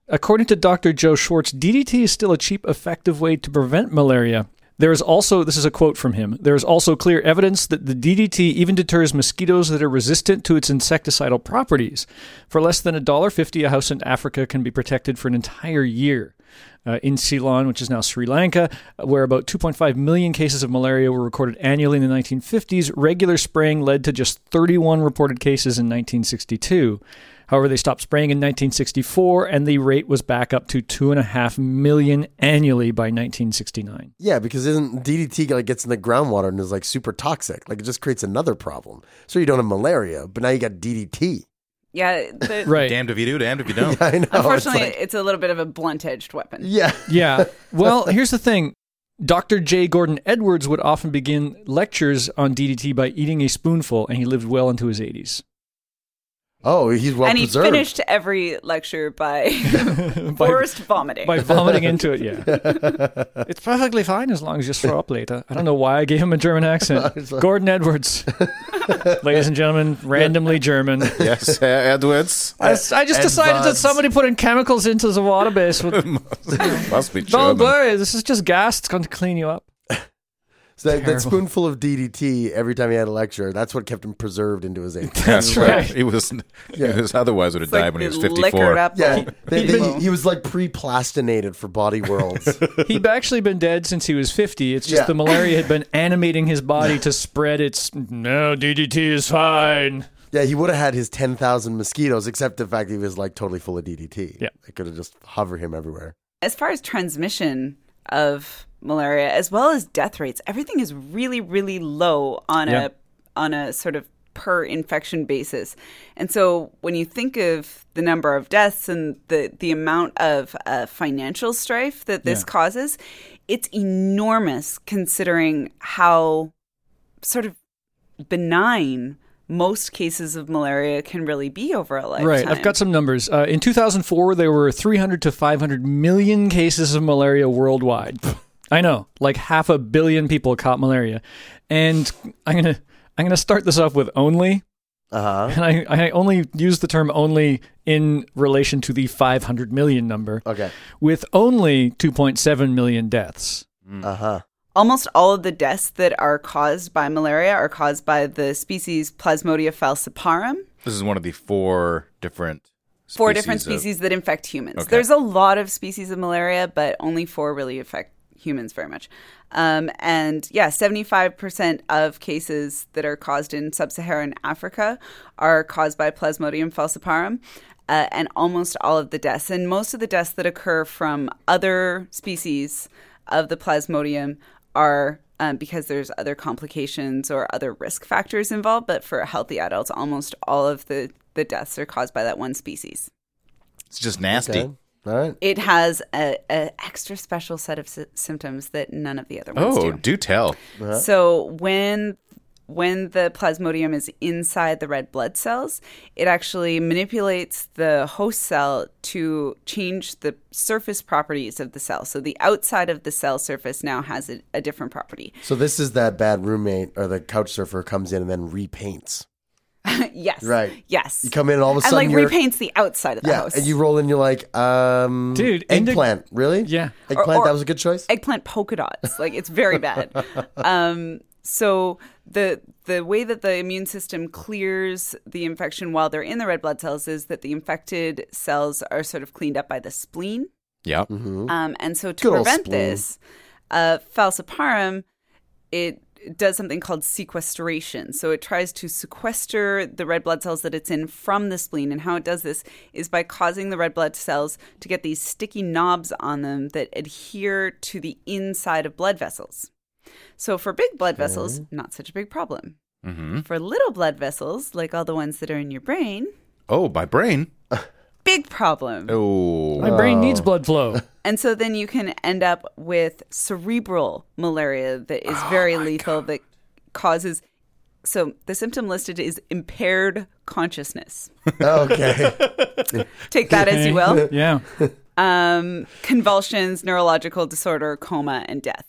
C: According to Dr. Joe Schwartz, DDT is still a cheap, effective way to prevent malaria. There is also, this is a quote from him, there is also clear evidence that the DDT even deters mosquitoes that are resistant to its insecticidal properties. For less than $1.50, a house in Africa can be protected for an entire year. Uh, in Ceylon, which is now Sri Lanka, where about 2.5 million cases of malaria were recorded annually in the 1950s, regular spraying led to just 31 reported cases in 1962. However, they stopped spraying in 1964, and the rate was back up to 2.5 million annually by 1969.
A: Yeah, because isn't DDT like gets in the groundwater and is like super toxic? Like it just creates another problem. So you don't have malaria, but now you got DDT.
B: yeah, the,
C: Right.
D: Damned if you do, damned if you don't.
A: I know. Oh, it's
B: Unfortunately,
A: like-
B: it's, a little bit of a blunt-edged weapon.
A: yeah.
C: yeah. Well, here's the thing. Dr. J. Gordon Edwards would often begin lectures on DDT by eating a spoonful, and he lived well into his 80s.
A: Oh, he's well
B: and he
A: preserved.
B: finished every lecture by
C: by,
B: forced vomiting.
C: by vomiting into it, yeah. it's perfectly fine as long as you throw up later. I don't know why I gave him a German accent. Gordon Edwards. Ladies and gentlemen, randomly German.
D: yes, uh, Edwards.
C: I, I just decided that
A: Advanced.
C: somebody put in chemicals into the water base. With,
D: Must be
C: don't
D: German.
C: worry, this is just gas. It's going to clean you up.
A: So that, that
C: Terrible.
A: spoonful of DDT every time he had a lecture, that's what kept him preserved into his 80s.
D: That's right.
C: right.
D: He was.
A: Yeah.
D: He was otherwise would have
B: It's like
D: died when he was
B: the
D: fifty-four.
B: liquored up
A: Yeah, they- they-
B: Well-
A: he was like pre-plastinated for Body Worlds.
C: He'd actually been dead since he was 50. It's just
A: Yeah.
C: the malaria had been animating his body to spread its, no, DDT is fine.
A: yeah, he would have had his ten thousand mosquitoes, except the fact he was like totally full of DDT.
C: Yeah.
A: it could have just hover him everywhere.
B: as far as transmission of malaria as well as death rates everything is really really low on
C: Yeah.
B: a on a sort of per infection basis and so when you think of the number of deaths and the the amount of uh, financial strife that this
C: Yeah.
B: causes it's enormous considering how sort of benign most cases of malaria can really be over a lifetime
C: Right. I've got some numbers. Uh, in 2004, there were 300 to 500 million cases of malaria worldwide. I know, like half a billion people caught malaria. And I'm going to I'm going to start this off with only
A: Uh-huh.
C: And I, I only use the term only in relation to the 500 million number.
A: Okay.
C: With only 2.7 million deaths.
A: Uh huh.
B: Almost all of the deaths that are caused by malaria are caused by the species Plasmodia falciparum,
D: This is one of the four different
B: four different
D: of-
B: species that infect humans.
D: Okay.
B: There's a lot of species of malaria, but only four really affect humans very much. Um, and yeah, 75% of cases that are caused in sub Saharan Africa are caused by Plasmodium falciparum. Uh, and almost all of the deaths, and most of the deaths that occur from other species of the Plasmodium are um, because there's other complications or other risk factors involved. But for healthy adults, almost all of the, the deaths are caused by that one species.
D: It's just nasty.
A: Okay. All right.
B: It has a, a extra special set of sy- symptoms that none of the other ones
D: Oh,
B: do.
D: do tell.
A: Uh-huh.
B: So when when the plasmodium is inside the red blood cells, it actually manipulates the host cell to change the surface properties of the cell. So the outside of the cell surface now has a, a different property.
A: So this is that bad roommate or the couch surfer comes in and then repaints.
B: yes.
A: Right.
B: Yes.
A: You come in and all of a
B: and
A: sudden
B: like
A: you're
B: repaints the outside of the
A: yeah,
B: house.
A: and you roll in. You're like, um,
C: Dude, indi-
A: eggplant. really?
C: Yeah. Or-
A: eggplant.
B: or-
A: that was a good choice.
B: eggplant polka dots. Like it's very bad. um, so the the way that the immune system clears the infection while they're in the red blood cells is that the infected cells are sort of cleaned up by the spleen.
D: Yeah.
A: Mm-hmm.
B: Um, and so to
A: Good old
B: prevent
A: spleen.
B: this, uh, falciparum, it does something called sequestration. So it tries to sequester the red blood cells that it's in from the spleen. And how it does this is by causing the red blood cells to get these sticky knobs on them that adhere to the inside of blood vessels. So for big blood vessels, not such a big problem.
D: hmm
B: For little blood vessels, like all the ones that are in your brain,
D: Oh, my brain.
B: big problem.
D: Oh.
C: My brain needs blood flow.
B: And so then you can end up with cerebral malaria that is very lethal that causes so the symptom listed is impaired consciousness.
A: Oh, okay.
B: Take that as you will.
C: yeah.
B: Um, convulsions, neurological disorder, coma, and death.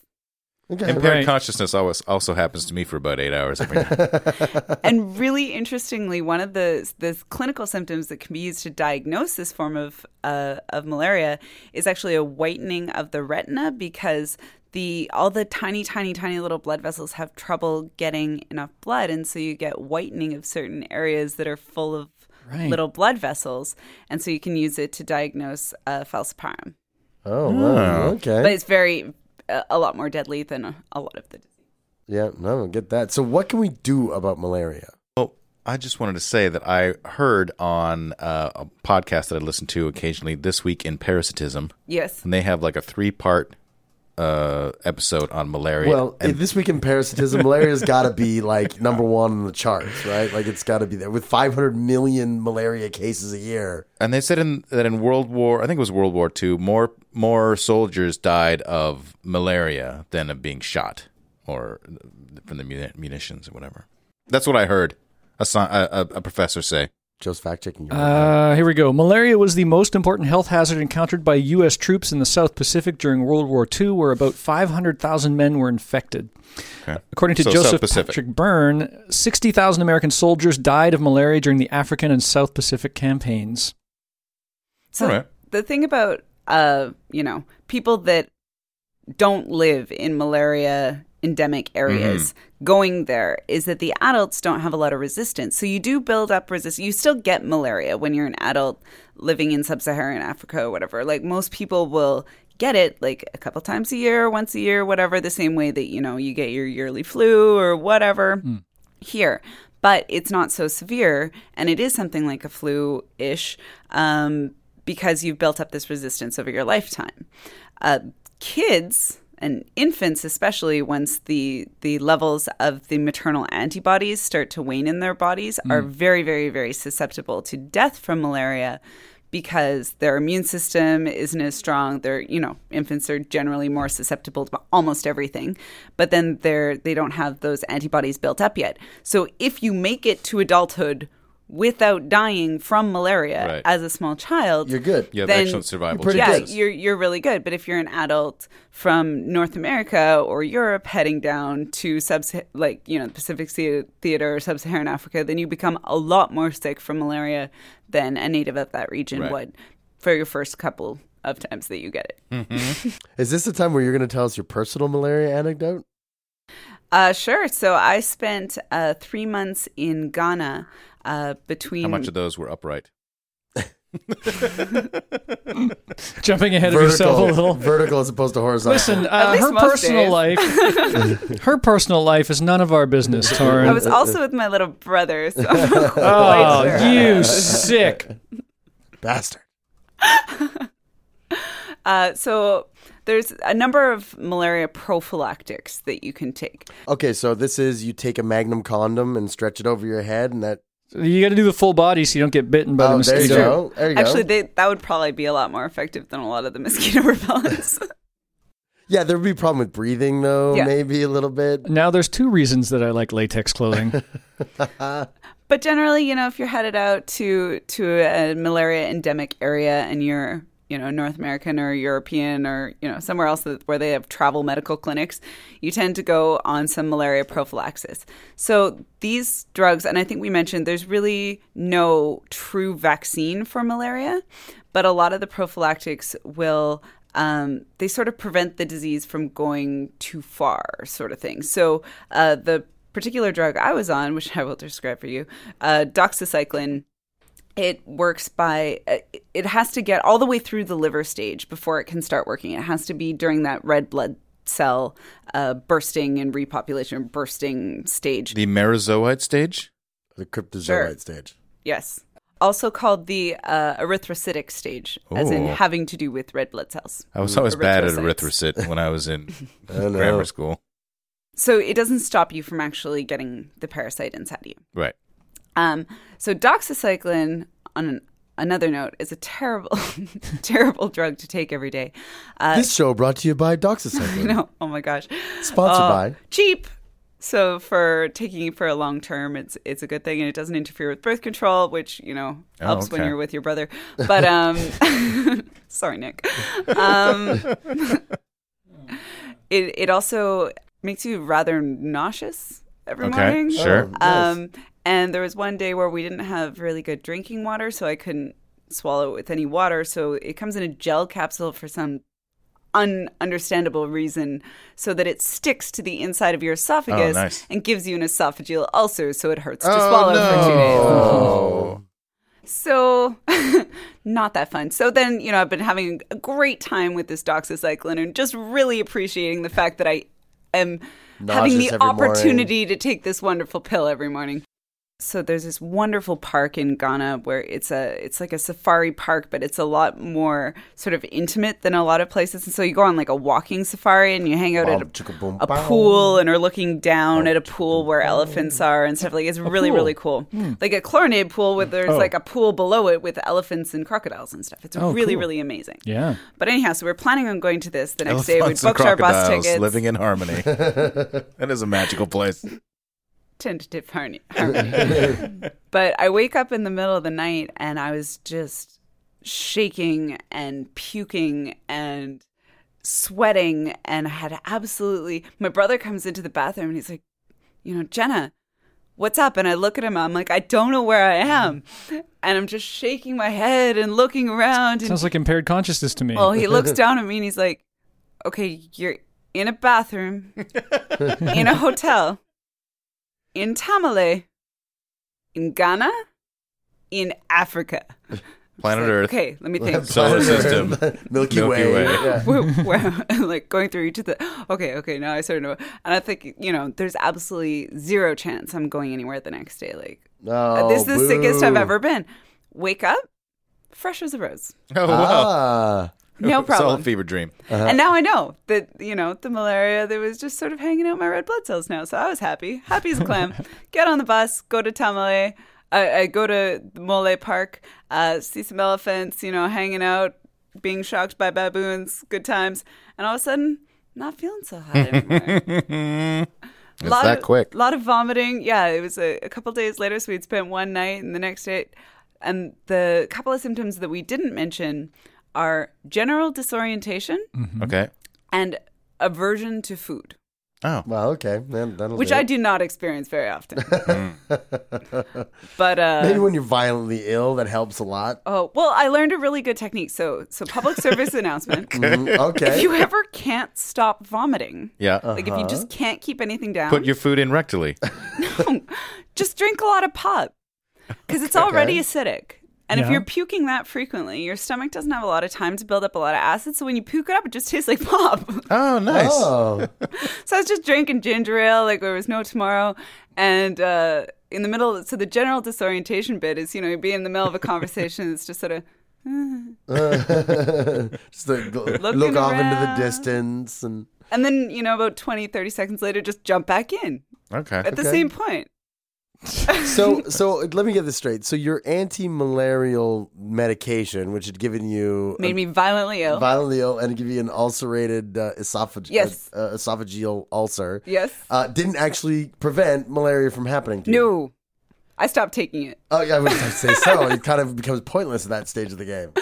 A: Okay.
D: Impaired
C: Right.
D: consciousness always also happens to me for about eight hours every night.
B: And really interestingly, one of the the clinical symptoms that can be used to diagnose this form of uh, of malaria is actually a whitening of the retina because the all the tiny, tiny, tiny little blood vessels have trouble getting enough blood, and so you get whitening of certain areas that are full of
C: Right.
B: little blood vessels, and so you can use it to diagnose uh, falciparum.
A: Oh, wow.
C: Hmm.
A: okay.
B: But it's very a, a lot more deadly than a, a lot of the.
A: yeah, no, get that. So, what can we do about malaria?
D: Well, I just wanted to say that I heard on uh, a podcast that I listen to occasionally this week in parasitism,
B: Yes.
D: and they have like a three part uh, episode on malaria.
A: Well,
D: and
A: if this week in parasitism, malaria's got to be like number one on the charts, right? Like it's got to be there with 500 million malaria cases a year.
D: and they said in, that in World War, I think it was World War II, more more soldiers died of malaria than of being shot or from the muni- munitions or whatever. That's what I heard a, sci- a, a a professor say.
A: Joe's fact checking. you.
C: Uh, here we go. Malaria was the most important health hazard encountered by U.S. troops in the South Pacific during World War II, where about 500,000 men were infected. According to
D: So, South
C: Joseph
D: Pacific.
C: Patrick Byrne, 60,000 American soldiers died of malaria during the African and South Pacific campaigns.
B: So
D: All right.
B: the thing about uh, you know, people that don't live in malaria endemic areas
D: Mm-hmm.
B: going there is that the adults don't have a lot of resistance. So you do build up resistance. You still get malaria when you're an adult living in sub-Saharan Africa or whatever. Like most people will get it like a couple times a year, once a year, whatever, the same way that you know you get your yearly flu or whatever
D: Mm-hmm.
B: here, but it's not so severe, and it is something like a flu ish um, because you've built up this resistance over your lifetime. Uh, kids and infants, especially once the the levels of the maternal antibodies start to wane in their bodies, are very, very, very susceptible to death from malaria. Because their immune system isn't as strong, they're you know infants are generally more susceptible to almost everything, but then they're they don't have those antibodies built up yet. So if you make it to adulthood without dying from malaria
D: Right.
B: as a small child,
A: You're good.
D: You have
B: Then-
D: excellent survival.
A: Pretty
B: yeah,
A: good.
D: chances.
B: you're you're really good. But if you're an adult from North America or Europe heading down to sub like you know the Pacific Sea Theater or sub-Saharan Africa, then you become a lot more sick from malaria than a native of that region
D: Right.
B: would for your first couple of times that you get it.
D: Mm-hmm.
A: Is this the time where you're going to tell us your personal malaria anecdote?
B: Uh, sure. So I spent uh, three months in Ghana uh, between
D: How much of those were upright?
C: Jumping ahead of yourself a
A: Vertical,
C: little.
A: vertical as opposed to horizontal.
C: Listen, uh,
B: least
C: her
B: most
C: personal
B: days.
C: life, her personal life is none of our business, Torrin.
B: I was also with my little brother. So I'm not
C: oh,
B: quite sure.
C: you sick!
A: bastard.
B: Uh, so there's a number of malaria prophylactics that you can take.
A: Okay, so this is you take a magnum condom and stretch it over your head, and that.
C: You got to do the full body so you don't get bitten by the
A: Oh, there
C: mosquito.
A: you go. There you
B: Actually,
A: go.
B: they, that would probably be a lot more effective than a lot of the mosquito repellents.
A: Yeah, there would be a problem with breathing though,
B: Yeah.
A: maybe a little bit.
C: Now there's two reasons that I like latex clothing.
B: but generally, you know, if you're headed out to to a malaria endemic area and you're you know North American or European or you know somewhere else that, where they have travel medical clinics, you tend to go on some malaria prophylaxis. So these drugs, and I think we mentioned, there's really no true vaccine for malaria, but a lot of the prophylactics will um, they sort of prevent the disease from going too far, sort of thing. So uh, the particular drug I was on, which I will describe for you, uh, doxycycline. It works by uh, it has to get all the way through the liver stage before it can start working. It has to be during that red blood cell uh, bursting and repopulation bursting stage.
D: The Merozoite stage?
A: The cryptozoite
B: Sure.
A: stage.
B: yes, also called the uh, erythrocytic stage, as in
D: Ooh. Oh.
B: having to do with red blood cells.
D: I was always bad at
B: Erythrocytes.
D: erythrocyte when I was in
A: I know.
D: grammar school.
B: So it doesn't stop you from actually getting the parasite inside of you.
D: Right.
B: Um, so doxycycline, on an, another note, is a terrible, terrible drug to take every day. Uh,
A: This show brought to you by Doxycycline.
B: no, oh my gosh,
A: Sponsored
B: Oh,
A: by.
B: cheap. So for taking it for a long term, it's it's a good thing, and it doesn't interfere with birth control, which you know
D: Oh,
B: helps when
D: okay.
B: you're with your brother. But um, sorry, Nick. Um, it it also makes you rather nauseous every
D: Okay,
B: morning.
D: Sure.
A: Oh, nice.
B: Um, and there was one day where we didn't have really good drinking water, so I couldn't swallow it with any water. So it comes in a gel capsule for some ununderstandable reason, so that it sticks to the inside of your esophagus
D: Oh, nice.
B: and gives you an esophageal ulcer, so it hurts to
D: Oh,
B: swallow for two days. Oh.
D: no.
B: So, not that fun. So then, you know, I've been having a great time with this doxycycline and just really appreciating the fact that I am having
A: Nauseous
B: the
A: every morning.
B: opportunity to take this wonderful pill every morning. So there's this wonderful park in Ghana where it's a it's like a safari park, but it's a lot more sort of intimate than a lot of places. And so you go on like a walking safari and you hang out
A: Bum,
B: at
A: chicka, boom,
B: a, a
A: bow.
B: pool and are looking down at a pool where elephants are and stuff like it's really
C: pool.
B: really cool. Like a chlorinated pool where there's
C: Oh.
B: like a pool below it with elephants and crocodiles and stuff. It's
C: Oh,
B: really
C: cool.
B: really amazing.
C: Yeah.
B: But anyhow, so we are planning on going to this the next day. We
D: Elephants and
B: booked our bus
D: crocodiles
B: tickets.
D: Living in harmony. that is a magical place.
B: tentative harmony. harmony. but I wake up in the middle of the night and I was just shaking and puking and sweating and I had absolutely my brother comes into the bathroom and he's like, you know, Jenna, what's up? And I look at him, I'm like, I don't know where I am. And I'm just shaking my head and looking around and
C: Sounds like impaired consciousness to me.
B: well, he looks down at me and he's like, "Okay, you're in a bathroom, in a hotel, in Tamale, in Ghana, in Africa."
D: Planet
B: Like,
D: Earth.
B: Okay, let me think.
D: Solar system.
A: Milky,
D: Milky
A: Way.
D: Way.
A: Yeah.
B: where, where like going through each of the okay okay now i sort of know and i think you know there's absolutely zero chance i'm going anywhere the next day like
A: Oh,
B: this is the
A: boo.
B: sickest i've ever been wake up fresh as a rose
D: Oh, wow.
A: Ah,
B: no
D: It's all
B: problem
D: a fever dream.
B: And now I know that, you know, the malaria that was just sort of hanging out my red blood cells now. So I was happy, happy as a clam. Get on the bus, go to Tamale, I, I go to Mole Park, uh, see some elephants, you know, hanging out, being shocked by baboons, good times. And all of a sudden, not feeling so hot anymore.
D: It's that
B: of,
D: quick.
B: lot of vomiting. Yeah, it was a, a couple days later, so we'd spent one night and the next day. And the couple of symptoms that we didn't mention are general disorientation
A: Mm-hmm.
D: Okay.
B: and aversion to food,
D: Oh,
A: Well, okay, then that'll
B: which
A: do
B: I
A: it.
B: do not experience very often. but uh,
A: Maybe when you're violently ill, that helps a lot.
B: oh well, I learned a really good technique. So so public service announcement:
A: Mm,
B: if
A: okay.
B: you ever can't stop vomiting,
D: yeah.
B: like if you
A: Uh-huh.
B: just can't keep anything down,
D: Put your food in rectally.
B: just drink a lot of pop because it's already acidic. And if
C: Yeah.
B: you're puking that frequently, your stomach doesn't have a lot of time to build up a lot of acid. So when you puke it up, it just tastes like pop.
D: Oh, nice.
A: Oh,
B: so I was just drinking ginger ale like there was no tomorrow. And uh, in the middle, so the general disorientation bit is, you know, you'd be in the middle of a conversation. It's just sort of,
A: just like, look
B: Looking
A: off into the
B: around.
A: distance and
B: and then, you know, about 20, 30 seconds later, just jump back in
D: Okay.
B: at the
A: Okay.
B: same point.
A: so so. Let me get this straight. So your anti-malarial medication, which had given you
B: Made me violently ill.
A: violently ill and give you an ulcerated uh, esophage-
B: Yes.
A: uh, esophageal ulcer.
B: Yes.
A: Uh, didn't actually prevent malaria from happening to you.
B: no, I stopped taking it.
A: Oh, yeah, I would say so. It kind of becomes pointless at that stage of the game.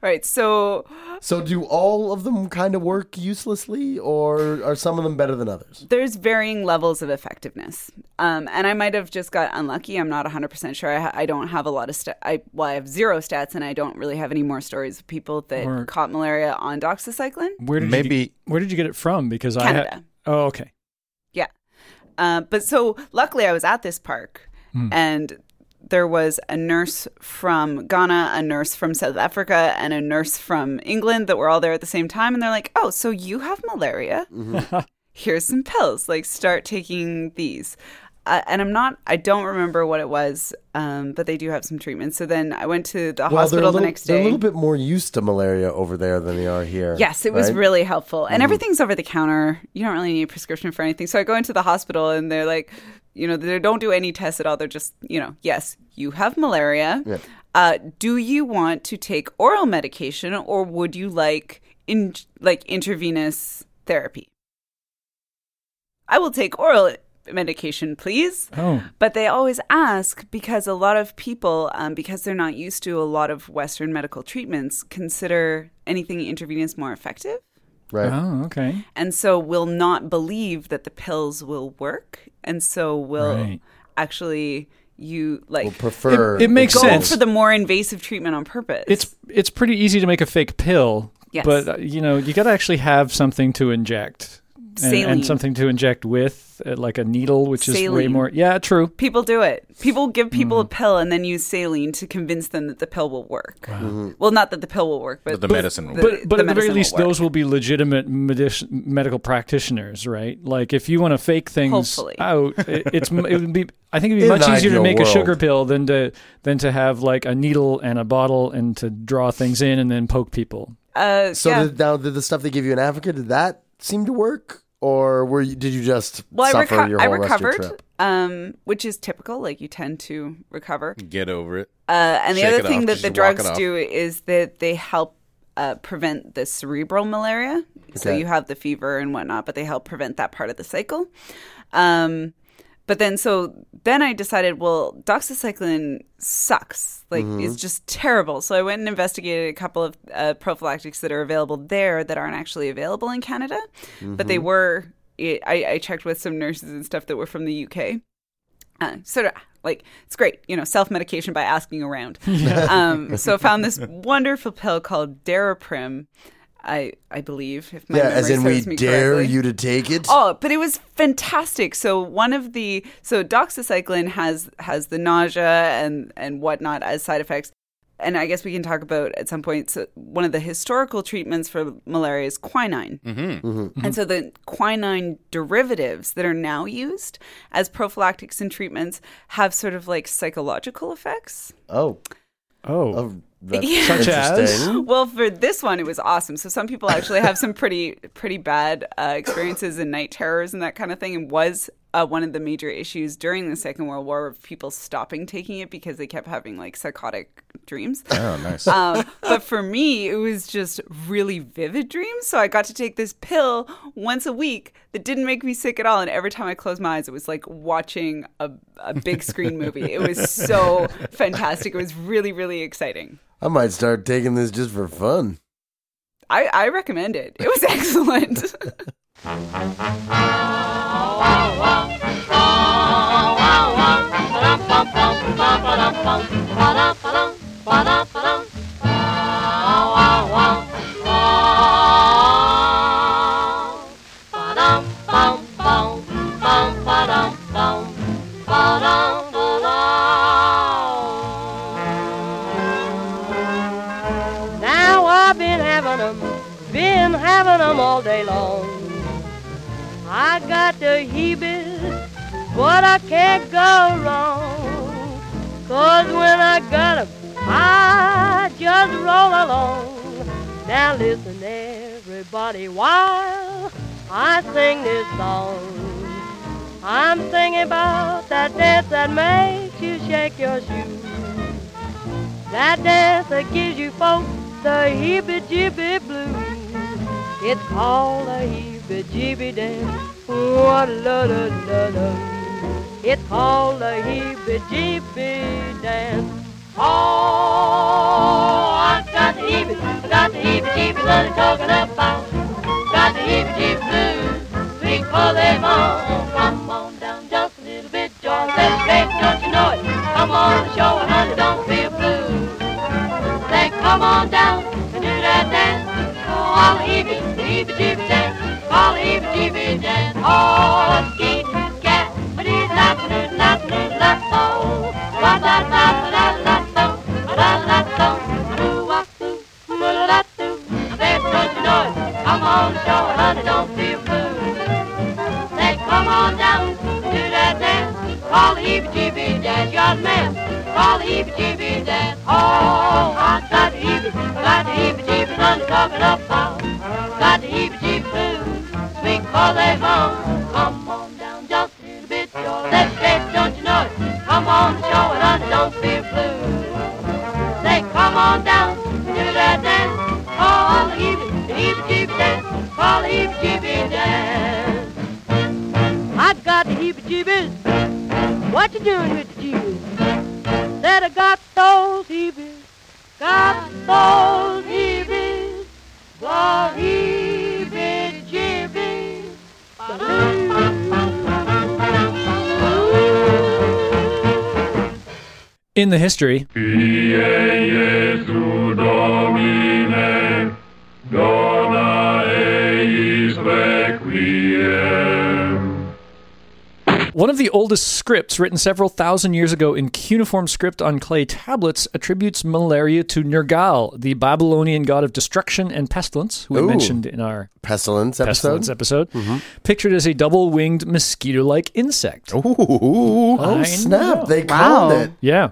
B: Right. So
A: So, do all of them kind of work uselessly, or are some of them better than others?
B: there's varying levels of effectiveness. Um, and I might have just got unlucky. I'm not 100% sure. I, ha- I don't have a lot of sta- I Well, I have zero stats, and I don't really have any more stories of people that
C: Or-
B: caught malaria on doxycycline.
C: Where did you,
D: Maybe-
C: where did you get it from? Because I ha-
B: Canada.
C: oh okay
B: Yeah. Uh, but so luckily, I was at this park,
A: Hmm.
B: and there was a nurse from Ghana, a nurse from South Africa, and a nurse from England that were all there at the same time. And they're like, oh, so you have malaria? Here's some pills. Like, start taking these. Uh, and I'm not, I don't remember what it was, um, but they do have some treatments. So then I went to the
A: well, they're a
B: hospital
A: little,
B: the next
A: they're a
B: day.
A: little bit more used to malaria over there than they are here.
B: Yes, it was
A: right?
B: really helpful. And everything's over the counter. You don't really need a prescription for anything. So I go into the hospital and they're like, you know, they don't do any tests at all. They're just, you know, yes, you have malaria. Uh, do you want to take oral medication or would you like in like intravenous therapy? I will take oral medication, please.
C: oh
B: But they always ask because a lot of people, um, because they're not used to a lot of Western medical treatments, consider anything intravenous more effective.
A: Right.
C: oh okay
B: And so will not believe that the pills will work. And so will
C: Right.
B: actually, you like.
A: We'll prefer.
C: It- it makes
B: Go
C: sense.
B: for the more invasive treatment on purpose.
C: it's it's pretty easy to make a fake pill
B: Yes.
C: but uh, you know you got to actually have something to inject and,
B: Saline.
C: and something to inject with uh, like a needle which is way
B: Saline.
C: more yeah true
B: people do it. People give people
C: Mm-hmm.
B: a pill and then use saline to convince them that the pill will work. Well, not that the pill will work, but
D: But the medicine will
C: but but
B: the
C: at the very
B: medicine
C: least
B: will work.
C: those will be legitimate medic- medical practitioners right like if you want to fake things
B: Hopefully.
C: out it, it's m- it would be i think it'd be
A: In
C: much
A: an
C: easier to
A: ideal
C: make a sugar
A: world.
C: pill than to than to have like a needle and a bottle and to draw things in and then poke people
B: Uh,
A: so,
B: yeah.
A: did, now, did the stuff they give you in Africa did that seem to work, or were you, did you just
B: well, I,
A: suffer
B: reco-
A: your
B: I
A: whole rest of your
B: recovered,
A: trip?
B: um, which is typical. Like you tend to recover.
A: Mm.
D: Get over it.
B: Uh, and the
D: Shake
B: other
D: it
B: thing
D: off,
B: that
D: just
B: the
D: walk
B: drugs
D: it off.
B: do is that they help uh, prevent the cerebral malaria. So
A: Okay.
B: you have the fever and whatnot, but they help prevent that part of the cycle. Um, but then, so then I decided, well, doxycycline sucks. Like,
A: Mm-hmm.
B: it's just terrible. So I went and investigated a couple of uh, prophylactics that are available there that aren't actually available in Canada, but
A: Mm-hmm.
B: they were. It, I, I checked with some nurses and stuff that were from the UK uh, sort of like it's great, you know, self medication by asking around. um, so I found this wonderful pill called Daraprim, I I believe, if my
A: Yeah,
B: memory
A: as in we
B: serves me
A: dare
B: correctly.
A: you to take it.
B: Oh, but it was fantastic. So one of the so doxycycline has has the nausea and and whatnot as side effects. And I guess we can talk about at some point. So one of the historical treatments for malaria is quinine, and so the quinine derivatives that are now used as prophylactics and treatments have sort of like psychological effects.
A: Oh,
C: oh
A: oh that's
B: Yeah.
C: Such as?
A: interesting.
B: Well, for this one, it was awesome. So some people actually have some pretty pretty bad uh, experiences and night terrors and that kind of thing, and was uh, one of the major issues during the Second World War of people stopping taking it because they kept having like psychotic dreams.
D: Oh, nice.
B: Um, but for me, it was just really vivid dreams. So I got to take this pill once a week that didn't make me sick at all. And every time I closed my eyes, it was like watching a, a big screen movie. It was so fantastic. It was really, really exciting.
A: I might start taking this just for fun.
B: I, I recommend it. It was excellent.
E: Now I've been having 'em, been having 'em all day long. I got the heebies, but I can't go wrong. 'Cause when I got 'em, I just roll along. Now listen, everybody, while I sing this song. I'm singing about that dance that makes you shake your shoes. That dance that gives you folks the heebie-jeebie blues. It's called a heebie-jeebie dance. Ooh, la la la la. It's called a heebie-jeebie dance. Oh, I got the heebie, I got the heebie-jeebie, nothing talking about. Got the heebie-jeebie blues. We pull them on. Come on down just a little bit, George. Let's play, don't you know it? Come on, show it, honey, don't feel blue. Say, come on down and do that dance. Oh, all heebie, heebie jeebie dance. All heebie jeebie dance. Oh, ski, cat, but he's not, he's not, he's not, oh. La la la la la la, la la la. Ooh, ah, ooh, ooh, la la, ooh. Baby, don't you know it? Come on, show it, honey, don't feel blue. Say, come on down and do that dance. Call the heebie-jeebie dance, young man. Call the heebie-jeebie dance. Oh, I got the heebie, got the heebie-jeebie, nothing talking about. Got the heebie-jeebie blues, sweet call they home. Come on down e, just a little bit, y'all. Let's dance, don't you know it? Come on, show it, honey, don't feel blue. Say, come on down, do that dance. Call the heebie, the heebie-jeebie dance. Call the heebie-jeebie dance. I got the heebie-jeebies. What you doing with the jeebies? Said I got those heebies, got those heebies, the heebie jeebies.
C: In the history, one of the oldest scripts written several thousand years ago in cuneiform script on clay tablets attributes malaria to Nergal, the Babylonian god of destruction and pestilence, who we
A: Ooh.
C: mentioned in our
A: Pestilence episode.
C: pestilence episode, pictured as a double-winged mosquito-like insect.
D: Ooh.
A: Oh
C: I
A: snap!
C: know.
A: They called
B: Wow.
A: it.
C: Yeah.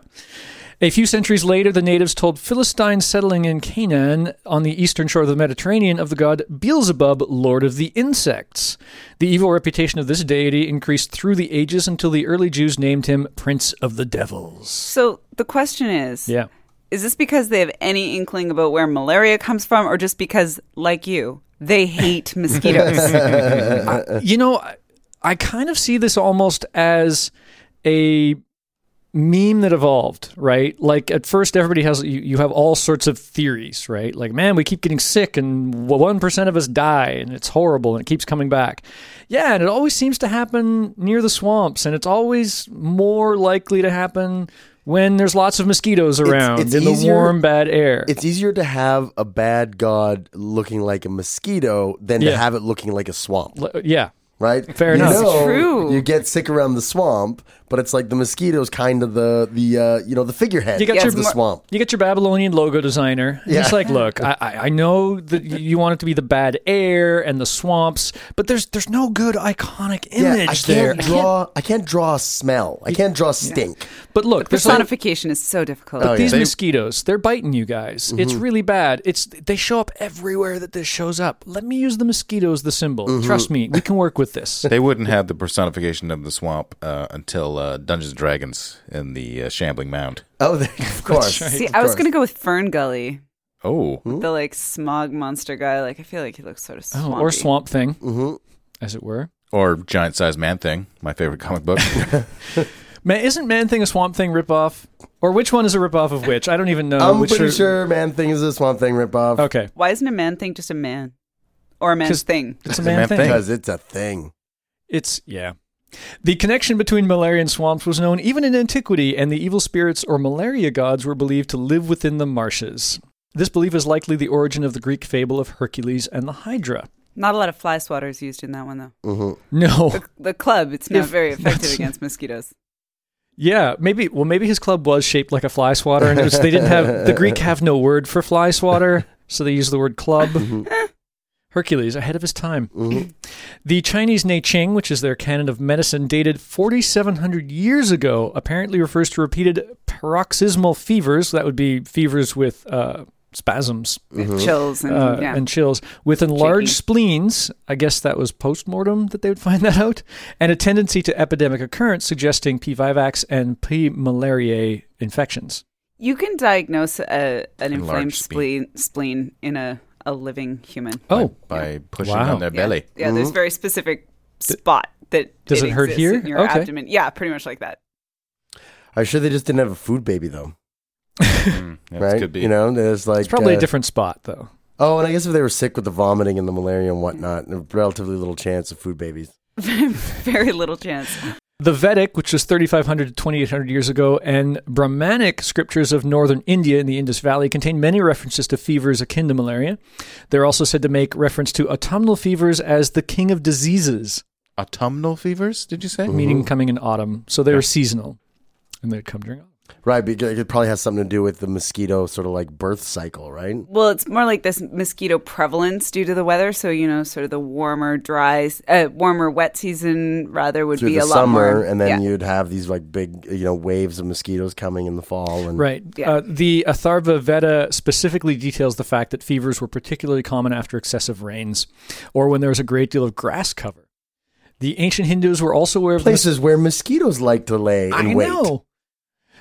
C: A few centuries later, the natives told Philistines settling in Canaan on the eastern shore of the Mediterranean of the god Beelzebub, lord of the insects. The evil reputation of this deity increased through the ages until the early Jews named him Prince of the Devils.
B: so the question is
C: Yeah.
B: Is this because they have any inkling about where malaria comes from, or just because, like you, they hate mosquitoes?
C: You know, I, I kind of see this almost as a meme that evolved, right? Like at first everybody has you, you have all sorts of theories, right? Like man, we keep getting sick and 1% of us die and it's horrible and it keeps coming back. Yeah, and it always seems to happen near the swamps and it's always more likely to happen when there's lots of mosquitoes around
A: it's
C: in the
A: easier-
C: warm bad air.
A: It's easier to have a bad god looking like a mosquito than to
C: Yeah.
A: have it looking like a swamp.
C: L- yeah.
A: right?
C: Fair
A: You
C: enough. That's
A: know,
B: true.
A: You get sick around the swamp, but it's like the mosquitoes, kind of the the uh, you know the figurehead
C: You got
A: of
C: your
A: the
B: mar-
A: swamp.
C: You get your Babylonian logo designer. And It's
A: Yeah.
C: like, look, I, I I know that you want it to be the bad air and the swamps, but there's there's no good iconic
A: Yeah,
C: image
A: I
C: there.
A: can't draw. I can't draw smell. I can't draw stink.
C: But look, there's like,
B: Personification is so difficult.
A: Oh, yeah.
C: these
A: They-
C: mosquitoes. They're biting you guys. It's
A: Mm-hmm.
C: really bad.
A: Mm-hmm.
C: It's they show up everywhere that this shows up. Let me use the mosquito as the symbol. Trust me, we can work with with this.
D: They wouldn't have the personification of the swamp uh, until uh, Dungeons and Dragons and the uh, Shambling Mound.
A: Oh, they, of course.
B: See, I was gonna go with Fern Gully,
D: Oh,
B: the like smog monster guy. Like I feel like he looks sort of
C: Oh,
B: swampy.
C: or Swamp Thing,
A: hmm
C: as it were.
D: or Giant Sized Man Thing, my favorite comic book.
C: Man, isn't Man Thing a Swamp Thing ripoff? Or which one is a ripoff of which? I don't even know.
A: I'm
C: Uh, which
A: pretty
C: are-
A: sure Man Thing is a Swamp Thing ripoff.
C: Okay,
B: Why isn't a man thing just a man, or a man's
C: 'Cause-
B: thing?
C: it's a
D: a
C: Man,
D: man
C: thing.
D: thing.
A: Because it's a thing.
C: It's yeah. The connection between malaria and swamps was known even in antiquity, and the evil spirits or malaria gods were believed to live within the marshes. This belief is likely the origin of the Greek fable of Hercules and the Hydra.
B: Not a lot of fly swatters used in that one though.
A: hmm
C: No.
B: The, the club, it's not
C: If-
B: very effective
C: that's-
B: against mosquitoes.
C: Yeah, maybe. Well, maybe his club was shaped like a fly swatter, and it was, they didn't have the Greek have no word for fly swatter, so they used the word club. Hercules ahead of his time.
A: Mm-hmm.
C: The Chinese Neiqing, which is their canon of medicine, dated 4,700 years ago, apparently refers to repeated paroxysmal fevers. That would be fevers with uh, spasms
B: With chills
A: Mm,
B: and
C: uh,
B: yeah.
C: and chills with enlarged
B: Shaky.
C: spleens. I guess that was post-mortem that they would find that out, and a tendency to epidemic occurrence, suggesting P. vivax and P. malariae infections.
B: you can diagnose a, an inflamed
D: Enlarged spleen.
B: spleen spleen in a, a living human.
C: Oh,
D: by, by pushing
C: Wow.
D: on their
B: Yeah.
D: belly.
B: Yeah, there's very specific spot that
C: Does it hurt
B: exists
C: here?
B: in your
C: Okay.
B: abdomen. Yeah, pretty much like that.
A: I'm sure they just didn't have a food baby though,
D: Mm, that
A: right?
D: could be.
A: You know, there's like
C: it's probably
A: uh,
C: a different spot though.
A: Oh, and I guess if they were sick with the vomiting and the malaria and whatnot, a relatively little chance of food babies.
B: very little chance.
C: The Vedic, which was 3,500 to 2,800 years ago, and Brahmanic scriptures of northern India in the Indus Valley contain many references to fevers akin to malaria. They're also said to make reference to autumnal fevers as the king of diseases,
D: Autumnal fevers, did you say?
A: Mm-hmm.
C: meaning coming in autumn. So they were seasonal, and they'd come during autumn.
A: Right, because it probably has something to do with the mosquito sort of like birth cycle, right?
B: Well, it's more like this mosquito prevalence due to the weather. So you know, sort of the warmer, dry, uh, warmer, wet season rather would
A: Through
B: be
A: the
B: a lot
A: summer,
B: more.
A: and then
B: yeah.
A: you'd have these like big, you know, waves of mosquitoes coming in the fall. And
C: Right.
B: Yeah.
C: Uh, the Atharva Veda specifically details the fact that fevers were particularly common after excessive rains or when there was a great deal of grass cover. The ancient Hindus were also aware of the
A: places where mosquitoes like to lay and
C: I
A: wait.
C: know.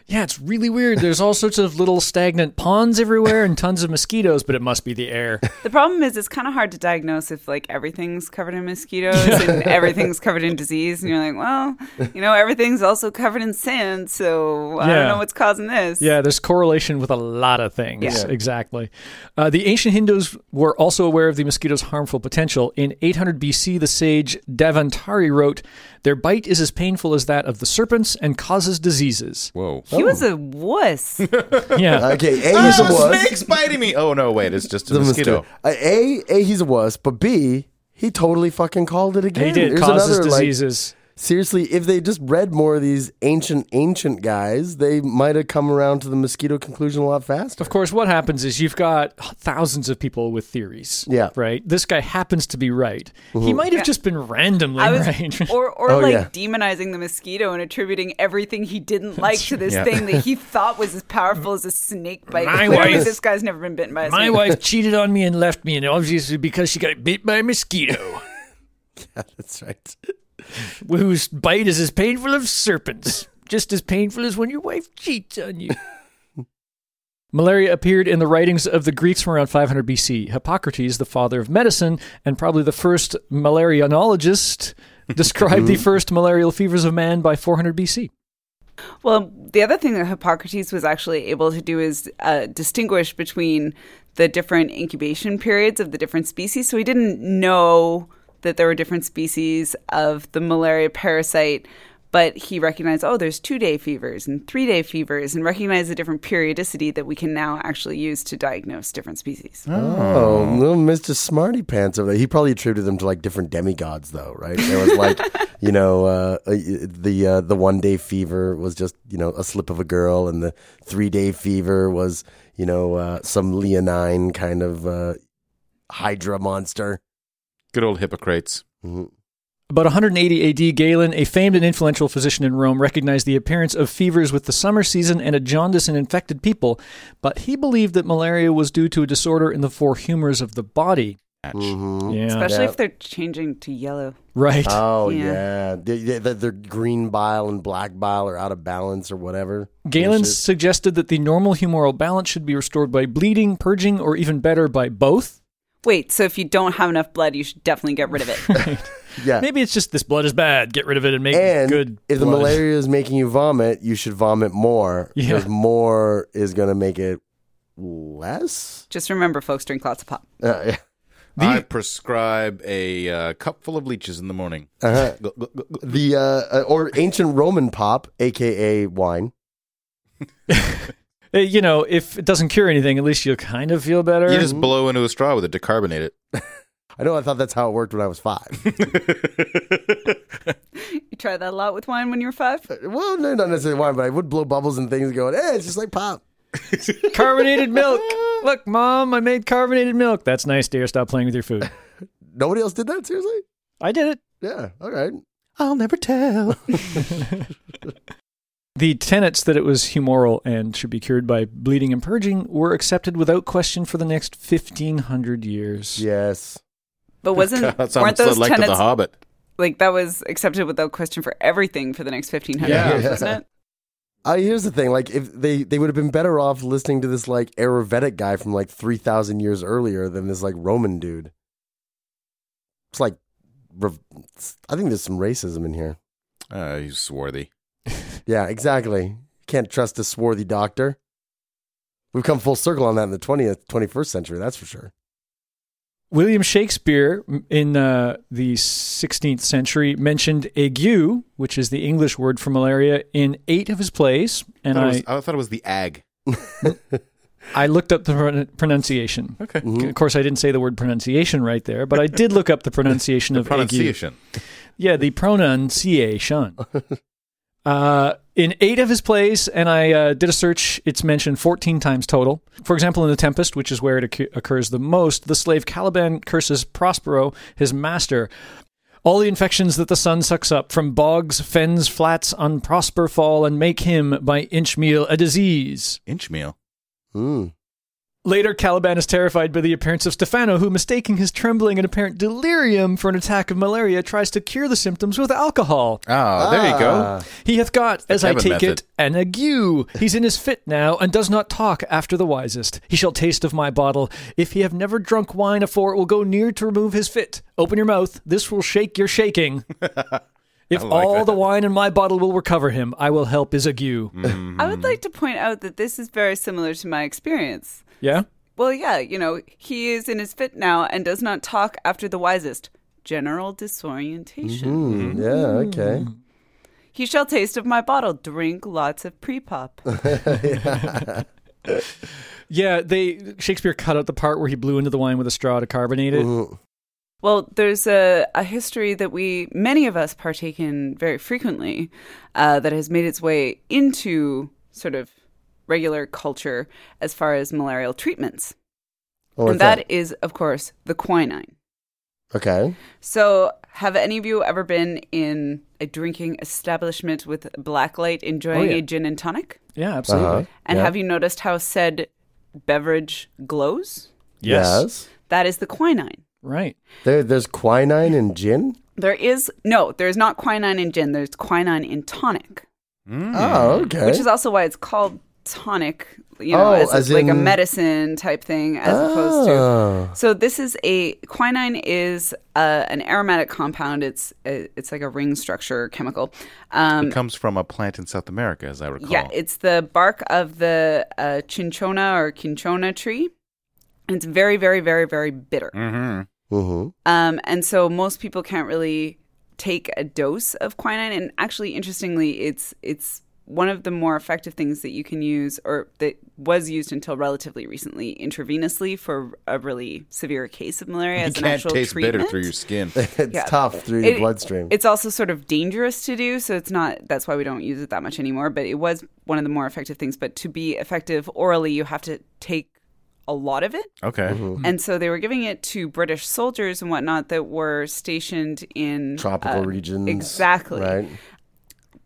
C: Yeah, it's really weird. There's all sorts of little stagnant ponds everywhere and tons of mosquitoes, but it must be the air.
B: The problem is, it's kind of hard to diagnose if like everything's covered in mosquitoes and everything's covered in disease, and you're like, well, you know, everything's also covered in sand, so I
C: Yeah.
B: don't know what's causing this.
C: Yeah, there's correlation with a lot of things.
B: Yeah.
C: Exactly. Uh, the ancient Hindus were also aware of the mosquito's harmful potential. In 800 BC, the sage Davantari wrote, Their bite is as painful as that of the serpents and causes diseases.
D: Whoa.
B: He was
C: Oh.
B: a wuss.
C: Yeah.
A: Okay, A, he's a
D: Ah,
A: wuss.
D: snake's biting me. Oh, no, wait. It's just a
A: The
D: mosquito.
A: mosquito. Uh, A, A, he's a wuss, but B, he totally fucking called it again.
C: He did.
A: There's
C: Causes
A: another, like,
C: diseases.
A: Seriously, if they just read more of these ancient, ancient guys, they might have come around to the mosquito conclusion a lot faster.
C: Of course, what happens is you've got thousands of people with theories.
A: Yeah.
C: Right? This guy happens to be right. He might have just been randomly
B: I was,
C: right.
B: or or
A: Oh,
B: like
A: yeah.
B: demonizing the mosquito and attributing everything he didn't like to this
D: Yeah.
B: thing that he thought was as powerful as a snake bite.
C: My
B: Clearly,
C: wife-
B: this guy's never been bitten by a
C: My
B: snake.
C: wife cheated on me and left me, and obviously because she got bit by a mosquito,
A: That's right.
C: whose bite is as painful as serpents, just as painful as when your wife cheats on you. Malaria appeared in the writings of the Greeks from around 500 BC. Hippocrates, the father of medicine and probably the first malarianologist, described the first malarial fevers of man by 400 BC.
B: Well, the other thing that Hippocrates was actually able to do is uh, distinguish between the different incubation periods of the different species. So he didn't know that there were different species of the malaria parasite, but he recognized, oh, there's two day fevers and three day fevers, and recognized the different periodicity that we can now actually use to diagnose different species.
A: Oh, little Mr. Smarty Pants over there. He probably attributed them to like different demigods, though, right? There was like, you know, uh, uh, the uh, the one day fever was just you know a slip of a girl, and the three day fever was you know uh, some leonine kind of uh, hydra monster.
D: Good old Hippocrates.
A: Mhm.
C: About 180 AD, Galen, a famed and influential physician in Rome, recognized the appearance of fevers with the summer season and a jaundice in infected people, but he believed that malaria was due to a disorder in the four humors of the body.
D: match.
C: Yeah.
B: especially
A: Yeah.
B: if they're changing to yellow.
C: right.
A: Oh
B: Yeah.
A: yeah, They- they- they- their green bile and black bile are out of balance or whatever.
C: Galen
A: Bullshit.
C: suggested that the normal humoral balance should be restored by bleeding, purging, or even better, by both.
B: Wait, so if you don't have enough blood, you should definitely get rid of it.
A: yeah.
C: Maybe it's just this blood is bad. Get rid of it and make
A: and
C: good.
A: if the
C: blood.
A: malaria is making you vomit, you should vomit more
C: Yeah.
A: because more is going to make it less.
B: Just remember, folks, drink lots of pop.
A: Uh, yeah.
D: I prescribe a uh, cup full of leeches in the morning.
A: Uh-huh.
D: Gl- gl- gl- gl-
A: The uh, uh, or ancient Roman pop, aka wine.
C: Uh, You know, if it doesn't cure anything, at least you'll kind of feel better.
D: You just blow into a straw with it, decarbonate it.
A: I know. I thought that's how it worked when I was five.
B: You try that a lot with wine when you were five?
A: well, no, not necessarily wine, but I would blow bubbles and things, going, "Hey, it's just like pop."
C: carbonated milk. Look, mom, I made carbonated milk. That's nice, dear. Stop playing with your food.
A: Nobody else did that seriously.
C: I did it.
A: Yeah. All right.
D: I'll never tell.
C: The tenets that it was humoral and should be cured by bleeding and purging were accepted without question for the next 1500 years.
A: Yes.
B: But wasn't
D: that
B: weren't
D: sounds so
B: those
D: like
B: tenets
D: the Hobbit.
B: like that was accepted without question for everything for the next fifteen hundred
D: Yeah.
B: years,
A: Yeah.
B: wasn't it?
A: Uh, here's the thing: like, if they they would have been better off listening to this like Ayurvedic guy from like three thousand years earlier than this like Roman dude. It's like, rev- it's- I think there's some racism in here.
D: Uh, he's swarthy.
A: Yeah, exactly. Can't trust a swarthy doctor. We've come full circle on that in the twentieth, twenty first century. That's for sure.
C: William Shakespeare m- in uh, the 16th century mentioned ague, which is the English word for malaria, in eight of his plays. And
D: I, thought
C: I,
D: it was, I thought it was the ag.
C: I looked up the pron- pronunciation.
D: Okay.
C: Of course, I didn't say the word pronunciation right there, but I did look up the pronunciation of ague.
D: Pronunciation.
C: Yeah, the pronunciation. uh, in eight of his plays, and I uh, did a search, it's mentioned 14 times total. For example, in The Tempest, which is where it occu- occurs the most, the slave Caliban curses Prospero, his master. All the infections that the sun sucks up from bogs, fens, flats, on Prosper fall and make him by inchmeal a disease.
D: Inch meal.
A: Mm.
C: Later, Caliban is terrified by the appearance of Stefano, who, mistaking his trembling and apparent delirium for an attack of malaria, tries to cure the symptoms with alcohol.
D: Oh, there you go.
A: Ah.
C: He hath got,
D: the
C: as I
D: Kevin
C: take
D: method.
C: it, an ague. He's in his fit now, and does not talk after the wisest. He shall taste of my bottle. If he have never drunk wine afore, it will go near to remove his fit. Open your mouth. This will shake your shaking. If
D: like
C: all
D: that.
C: the wine in my bottle will recover him, I will help his ague.
D: Mm.
B: I
D: Mm-hmm.
B: would like to point out that this is very similar to my experience.
C: Yeah?
B: Well, yeah, you know, he is in his fit now and does not talk after the wisest. General disorientation.
D: Mm-hmm.
A: Mm,
D: Hmm.
A: yeah. Okay.
B: He shall taste of my bottle. Drink lots of pre pop.
C: Yeah, they Shakespeare cut out the part where he blew into the wine with a straw to carbonate it.
A: Hmm. Oh,
B: Well, there's a, a history that we, many of us, partake in very frequently uh, that has made its way into sort of regular culture as far as malarial treatments.
A: Oh,
B: and
A: what's that?
B: that is, of course, the quinine.
A: Okay.
B: So, have any of you ever been in a drinking establishment with black light enjoying
C: yeah.
B: a gin and tonic?
C: Yeah, absolutely.
A: Uh-huh.
B: And
A: Oh, Yeah.
B: have you noticed how said beverage glows?
C: Yes.
B: That is the quinine.
C: Right.
A: There, there's quinine in gin.
B: There is no, there is not quinine in gin. There's quinine in tonic,
A: Oh, okay.
B: Mm. which is also why it's called tonic. You know,
A: Oh,
B: as,
A: as
B: like a
A: in-
B: medicine type thing, as opposed to.
A: Oh.
B: So this is a quinine is uh, an aromatic compound. It's a, it's like a ring structure chemical. Um,
D: It comes from a plant in South America, as I recall.
B: Yeah, it's the bark of the uh, chinchona or quinchona tree. And it's very, very, very, very bitter.
D: mm-hmm.
A: Mhm.
B: Um, and so most people can't really take a dose of quinine. And actually, interestingly, it's it's one of the more effective things that you can use, or that was used until relatively recently, intravenously for a really severe case of malaria.
D: You
B: as an
D: can't
B: actual
D: taste
B: treatment.
D: bitter through your skin.
A: It's
B: Yeah.
A: tough through the
B: It-
A: bloodstream.
B: It's also sort of dangerous to do, so it's not. That's why we don't use it that much anymore. But it was one of the more effective things. But to be effective orally, you have to take a lot of it.
D: okay.
A: Mm-hmm.
B: And so they were giving it to British soldiers and whatnot that were stationed in
A: Tropical
B: uh,
A: regions.
B: Exactly.
A: Right.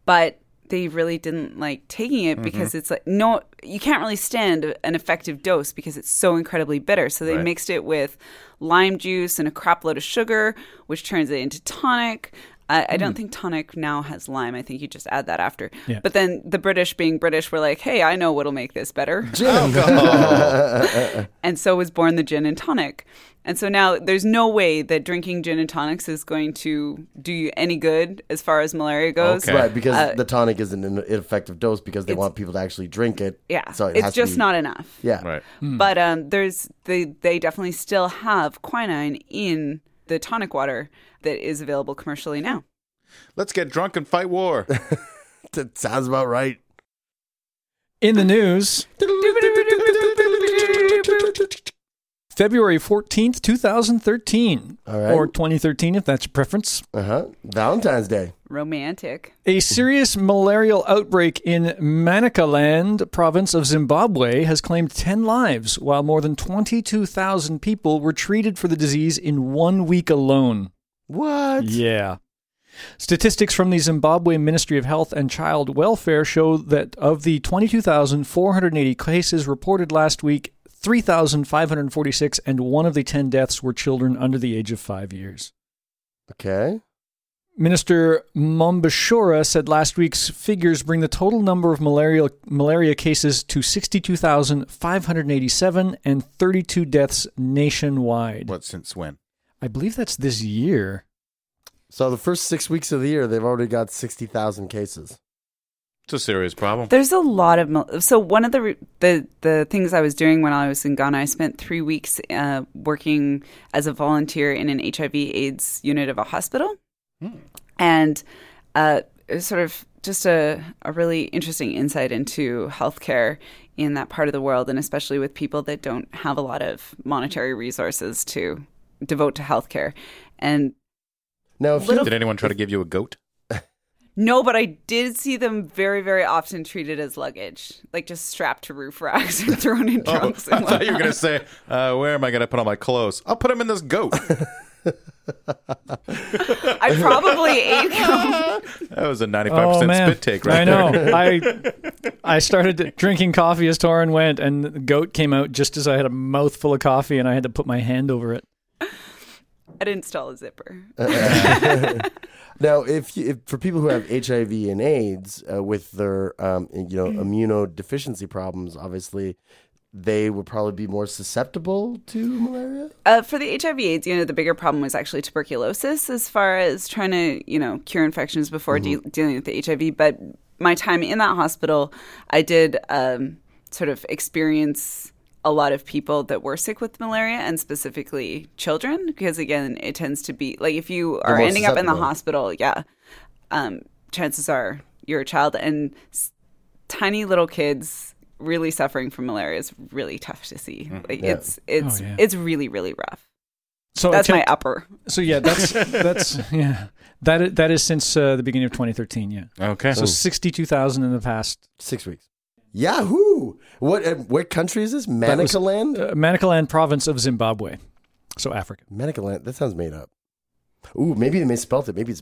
B: But they really didn't like taking it
D: Mm-hmm.
B: because it's like no, you can't really stand an effective dose because it's so incredibly bitter. So they
D: Right.
B: mixed it with lime juice and a crap load of sugar, which turns it into tonic. I, I
D: Mm.
B: don't think tonic now has lime. I think you just add that after.
C: Yeah.
B: But then the British, being British, were like, "Hey, I know what'll make this better." and so was born the gin and tonic. And so now there's no way that drinking gin and tonics is going to do you any good as far as malaria goes.
D: Okay.
A: Right, because the tonic isn't an effective dose because they
B: Uh, It's-
A: want people to actually drink it.
B: Yeah,
A: so it
B: it's
A: has to
B: just
A: be-
B: not enough.
A: Yeah,
D: Right.
B: But um, there's they they definitely still have quinine in the tonic water that is available commercially now.
D: Let's get drunk and fight war.
A: That sounds about right.
C: In the news, February 14th, 2013.
A: All right.
C: Or 2013, if that's your preference.
A: Uh huh. Valentine's Day.
B: Romantic.
C: A serious malarial outbreak in Manicaland, province of Zimbabwe, has claimed 10 lives, while more than 22,000 people were treated for the disease in one week alone.
A: What?
C: Yeah. Statistics from the Zimbabwe Ministry of Health and Child Welfare show that of the 22,480 cases reported last week, 3,546 and one of the 10 deaths were children under the age of five years.
A: Okay.
C: Minister Mombashura said last week's figures bring the total number of malaria, malaria cases to 62,587 and 32 deaths nationwide.
D: what since when?
C: I believe that's this year.
A: So the first six weeks of the year, they've already got sixty thousand cases.
D: It's a serious problem.
B: There's a lot of mal- so one of the re- the the things I was doing when I was in Ghana, I spent three weeks uh, working as a volunteer in an HIV/AIDS unit of a hospital, and uh, it was sort of just a a really interesting insight into healthcare in that part of the world, and especially with people that don't have a lot of monetary resources to devote to healthcare. And
A: Now, if
D: Did anyone try to give you a goat?
B: no, but I did see them very, very often treated as luggage, like just strapped to roof racks and thrown in
D: Oh, I
B: trunks. and
D: thought you
B: whatnot.
D: were going to say, uh, where am I going to put all my clothes? I'll put them in this goat. that
B: I probably ate them.
D: was a 95%
C: oh, man.
D: spit take right
C: I
D: there.
C: know. I I started drinking coffee as Torin went, and the goat came out just as I had a mouthful of coffee, and I had to put my hand over it.
B: I didn't stall a zipper.
A: Now, if, you, if for people who have HIV and AIDS uh, with their um, you
C: Mm-hmm.
A: know immunodeficiency problems, obviously they would probably be more susceptible to malaria.
B: Uh, for the HIV/AIDS, you know, the bigger problem was actually tuberculosis, as far as trying to, you know, cure infections before
A: Mm-hmm.
B: de- dealing with the HIV. But my time in that hospital, I did um, sort of experience a lot of people that were sick with malaria, and specifically children, because again, it tends to be like if you are
A: more
B: ending up in the
A: susceptible.
B: hospital, yeah, um, chances are you're a child, and s- tiny little kids really suffering from malaria is really tough to see. Like,
A: Mm-hmm. Yeah.
B: It's it's
C: yeah.
B: it's really really rough.
C: So
B: That's my
C: attempt-
B: upper.
C: So yeah, that's that's yeah. That i- that is since uh, the beginning of 2013. Yeah.
D: Okay.
C: So 62,000 in the past.
A: Six weeks. Yahoo! What uh, what country is this?
C: That was,
A: Manicaland.
C: Uh, Manicaland province of Zimbabwe. So Africa.
A: Manicaland. That sounds made up. Ooh, maybe they misspelled it. Maybe it's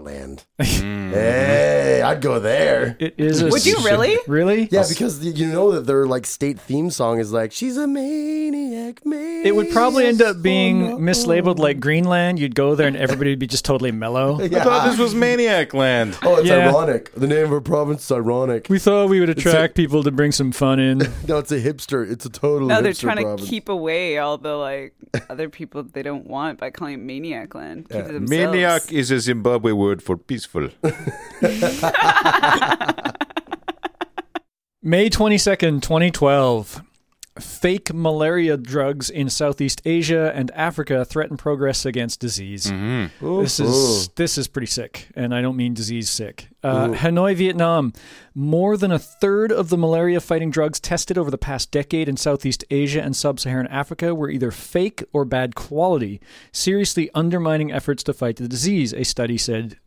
A: Land.
C: Mm.
A: Hey, I'd go there.
C: It is. A,
B: Would you really?
C: Really?
A: Yeah, because you know that their like state theme song is like "She's a maniac." maniac
C: It would probably end up
A: Oh,
C: being
A: no.
C: mislabeled like Greenland. You'd go there and everybody would be just totally mellow.
A: Yeah.
D: I thought this was Maniac Land.
A: Oh, it's
C: Yeah.
A: ironic. The name of our province is ironic.
C: We thought we would attract people to bring some fun in.
A: no, it's a hipster. It's a total.
B: No, they're
A: hipster
B: trying
A: province.
B: to keep away all the like other people they don't want by calling it maniac land. Keep it themselves.
D: Maniac is a Zimbabwe word for peaceful.
C: May 22nd, 2012. Fake malaria drugs in Southeast Asia and Africa threaten progress against disease. This is this is pretty sick, and I don't mean disease sick. Uh, Hanoi, Vietnam. More than a third of the malaria-fighting drugs tested over the past decade in Southeast Asia and Sub-Saharan Africa were either fake or bad quality, seriously undermining efforts to fight the disease. A study said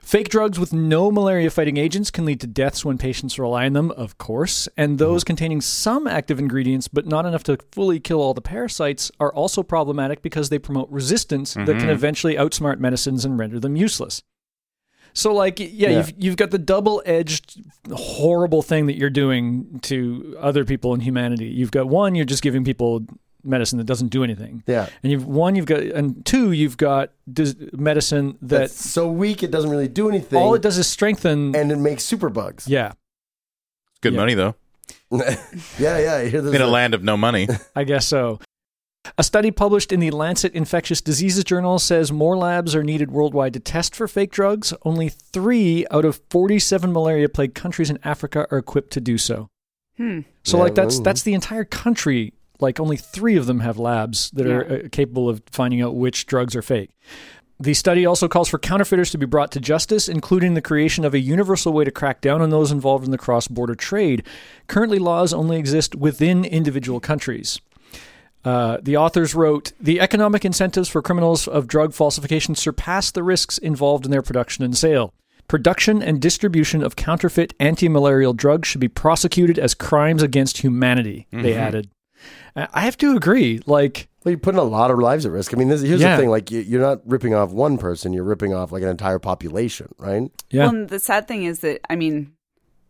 C: Fake drugs with no malaria fighting agents can lead to deaths when patients rely on them, of course, and those containing some active ingredients but not enough to fully kill all the parasites are also problematic because they promote resistance that can eventually outsmart medicines and render them useless. So like yeah, you've you've got the double-edged horrible thing that you're doing to other people in humanity. You've got one, you're just giving people medicine that doesn't do anything.
A: Yeah.
C: And you've one you've got and two you've got dis- medicine that
A: That's so weak it doesn't really do anything.
C: all it does is strengthen
A: and it makes superbugs.
C: yeah,
D: Good
C: Yeah.
D: money though.
A: yeah, yeah. I hear this
D: In a land of no money.
C: I guess so. A study published in the Lancet Infectious Diseases Journal says more labs are needed worldwide to test for fake drugs. Only three out of 47 malaria plagued countries in Africa are equipped to do so.
B: Hmm.
C: So,
A: Yeah,
C: like, that's,
A: ooh.
C: that's the entire country. Like, only three of them have labs that are uh, capable of finding out which drugs are fake. The study also calls for counterfeiters to be brought to justice, including the creation of a universal way to crack down on those involved in the cross border trade. Currently, laws only exist within individual countries. Uh, the authors wrote The economic incentives for criminals of drug falsification surpass the risks involved in their production and sale. Production and distribution of counterfeit anti malarial drugs should be prosecuted as crimes against humanity,
A: Mm-hmm.
C: they added. Uh, I have to agree. Like,
A: Well, you're putting a lot of lives at risk. I mean, this, here's
C: Yeah.
A: the thing: like, you, you're not ripping off one person; you're ripping off like an entire population, right?
C: yeah.
B: Well, and the sad thing is that I mean,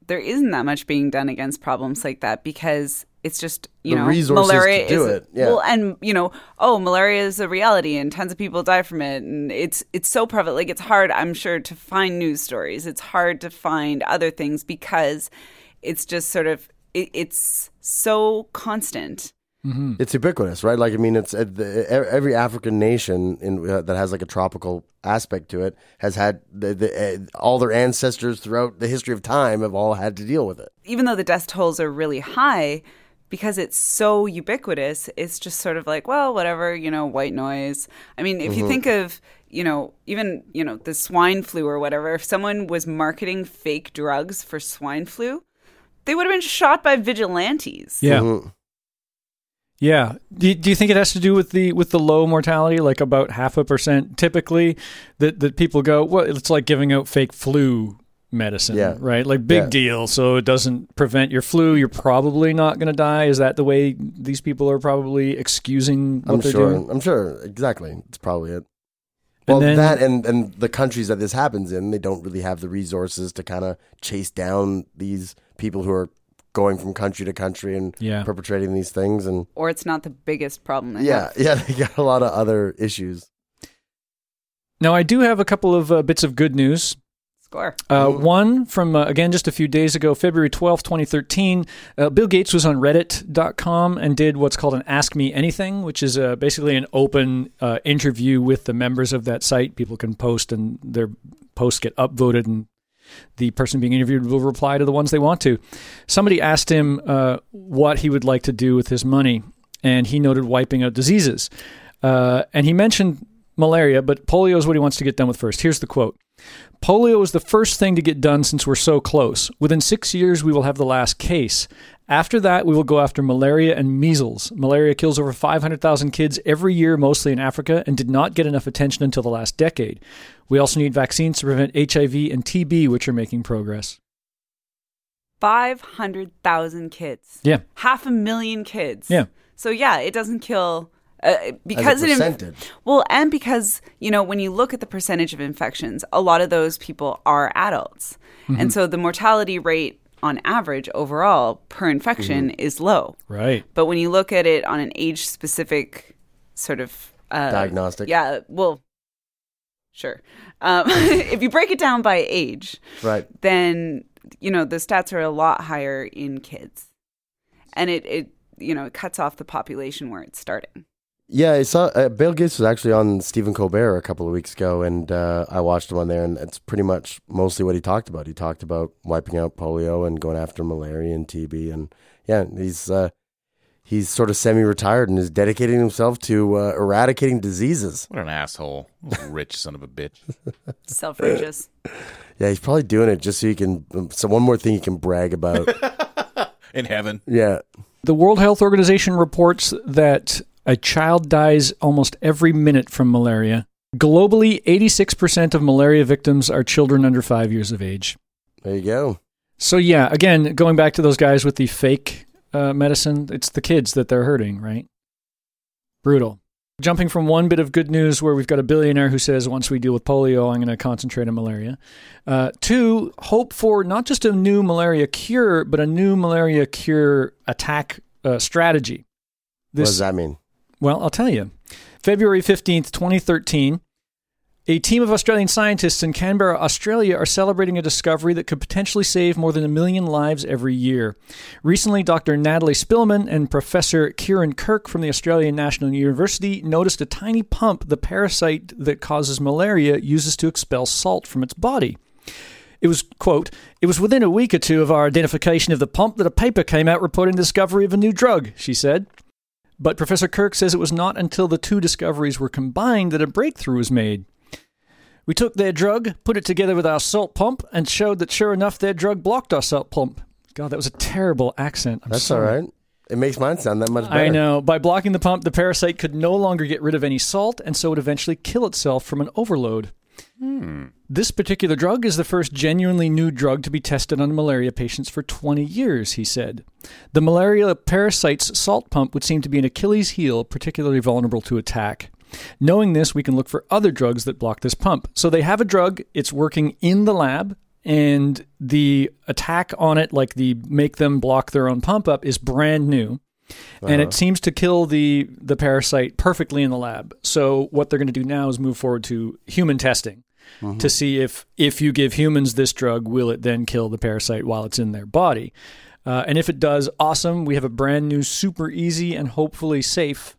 B: there isn't that much being done against problems like that because it's just you
A: The
B: know
A: resources
B: malaria
A: to do
B: is
A: it, yeah.
B: well, and you know oh malaria is a reality and tons of people die from it and it's it's so prevalent. Like it's hard, I'm sure, to find news stories. It's hard to find other things because it's just sort of it, it's so constant.
A: It's ubiquitous, right? Like, I mean, it's at the, e- every African nation in, uh, that has like a tropical aspect to it has had the, the, uh, all their ancestors throughout the history of time have all had to deal with it.
B: even though the death tolls are really high, because it's so ubiquitous, it's just sort of like, well, whatever, you know, white noise. I mean,
A: Mm-hmm.
B: if you think of, you know, even, you know, the swine flu or whatever, if someone was marketing fake drugs for swine flu, they would have been shot by vigilantes.
C: yeah.
A: Mhm.
C: Yeah. Do, do you think it has to do with the with the low mortality, like about half a percent typically, that that people go, well, it's like giving out fake flu medicine,
A: Yeah.
C: right? Like big
A: Yeah.
C: deal, so it doesn't prevent your flu. You're probably not going to die. Is that the way these people are probably excusing what
A: I'm
C: they're
A: sure.
C: doing?
A: I'm sure. Exactly. It's probably it. Well,
C: then-
A: that and and the countries that this happens in, they don't really have the resources to kind of chase down these people who are going from country to country and
C: Yeah.
A: perpetrating these things and.
B: Or it's not the biggest problem. they
A: Yeah,
B: have.
A: yeah, they got a lot of other issues.
C: Now, I do have a couple of uh, bits of good news.
B: Score.
C: Uh, one from, uh, again, just a few days ago, February twelfth, 2013. Uh, Bill Gates was on reddit.com and did what's called an Ask Me Anything, which is uh, basically an open uh, interview with the members of that site. People can post and their posts get upvoted, and the person being interviewed will reply to the ones they want to. Somebody asked him uh, what he would like to do with his money, and he noted wiping out diseases. Uh, and he mentioned malaria, but polio is what he wants to get done with first. Here's the quote. Polio is the first thing to get done since we're so close. Within six years, we will have the last case. After that, we will go after malaria and measles. Malaria kills over 500,000 kids every year, mostly in Africa, and did not get enough attention until the last decade. We also need vaccines to prevent HIV and TB, which are making progress.
B: 500,000 kids.
C: Yeah.
B: Half a million kids.
C: Yeah.
B: So, yeah, it doesn't kill. Uh, because it inf-
A: percentage.
B: well, and because you know when you look at the percentage of infections, a lot of those people are adults, and so the mortality rate on average overall per infection is low.
C: Right.
B: But when you look at it on an age specific sort of uh,
A: Diagnostic.
B: yeah, well, sure. Um, if you break it down by age,
A: Right.
B: then you know the stats are a lot higher in kids, and it it you know it cuts off the population where it's starting.
A: Yeah, I saw uh, Bill Gates was actually on Stephen Colbert a couple of weeks ago, and uh, I watched him on there, and that's pretty much mostly what he talked about. He talked about wiping out polio and going after malaria and TB, and yeah, he's uh, he's sort of semi-retired and is dedicating himself to uh, eradicating diseases.
D: What an asshole. Rich son of a bitch.
B: Self righteous.
A: Yeah, he's probably doing it just so he can. um, So one more thing he can brag about.
D: In heaven.
A: yeah,
C: The World Health Organization reports that a child dies almost every minute from malaria. Globally, 86% of malaria victims are children under five years of age.
A: there you go.
C: So yeah, again, going back to those guys with the fake uh, medicine, it's the kids that they're hurting, right? Brutal. jumping from one bit of good news where we've got a billionaire who says, once we deal with polio, I'm going to concentrate on malaria, uh, to hope for not just a new malaria cure, but a new malaria cure attack uh, strategy.
A: what
C: This,
A: does that mean?
C: well, I'll tell you. February 15th, 2013, a team of Australian scientists in Canberra, Australia, are celebrating a discovery that could potentially save more than a million lives every year. Recently, Dr. Natalie Spillman and Professor Kieran Kirk from the Australian National University noticed a tiny pump the parasite that causes malaria uses to expel salt from its body. It was, quote, it was within a week or two of our identification of the pump that a paper came out reporting the discovery of a new drug, she said. But Professor Kirk says it was not until the two discoveries were combined that a breakthrough was made. We took their drug, put it together with our salt pump, and showed that sure enough their drug blocked our salt pump. God, that was a terrible accent. I'm
A: That's all
C: sorry.
A: right. It makes mine sound that much better.
C: I know. By blocking the pump, the parasite could no longer get rid of any salt, and so would eventually kill itself from an overload.
A: Hmm.
C: This particular drug is the first genuinely new drug to be tested on malaria patients for 20 years, he said. The malaria parasite's salt pump would seem to be an Achilles heel, particularly vulnerable to attack. Knowing this, we can look for other drugs that block this pump. So they have a drug, it's working in the lab, and the attack on it, like the make them block their own pump up, is brand new and it seems to kill the the parasite perfectly in the lab. So what they're going to do now is move forward to human testing to see if if you give humans this drug, will it then kill the parasite while it's in their body? Uh, and if it does, awesome. We have a brand new, super easy, and hopefully safe.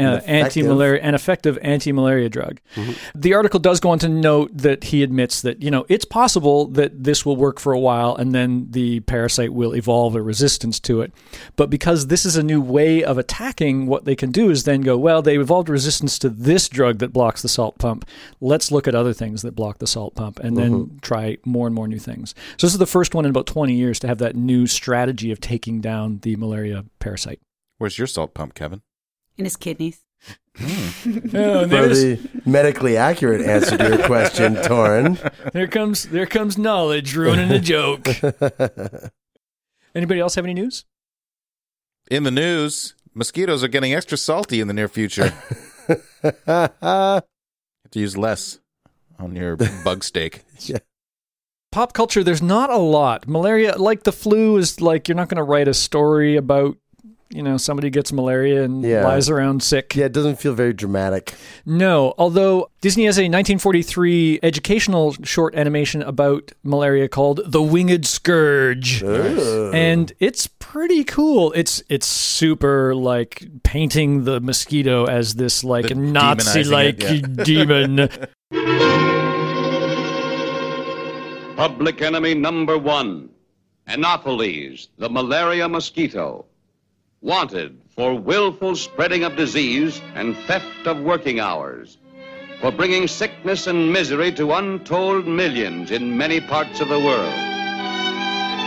C: Uh,
A: effective.
C: anti-malaria an effective anti-malaria drug. The article does go on to note that he admits that you know it's possible that this will work for a while and then the parasite will evolve a resistance to it. But because this is a new way of attacking, what they can do is then go, well, they evolved resistance to this drug that blocks the salt pump. Let's look at other things that block the salt pump and then try more and more new things. So this is the first one in about 20 years to have that new strategy of taking down the malaria parasite.
D: Where's your salt pump, Kevin?
B: in his kidneys.
C: Oh,
A: For the medically accurate answer to your question, Torin.
C: There comes there comes knowledge ruining the joke. Anybody else have any news?
D: In the news, mosquitoes are getting extra salty in the near future. have to use less on your bug steak.
C: Pop culture, there's not a lot. Malaria, like the flu, is like you're not going to write a story about, you know, somebody gets malaria and
A: Yeah.
C: lies around sick.
A: yeah, it doesn't feel very dramatic.
C: No, although Disney has a 1943 educational short animation about malaria called The Winged Scourge.
A: Ooh.
C: and it's pretty cool. It's it's super like painting the mosquito as this like
D: The
C: Nazi like
D: demonizing
C: demon.
F: Public enemy number one Anopheles, the malaria mosquito. Wanted for willful spreading of disease and theft of working hours. For bringing sickness and misery to untold millions in many parts of the world.
A: And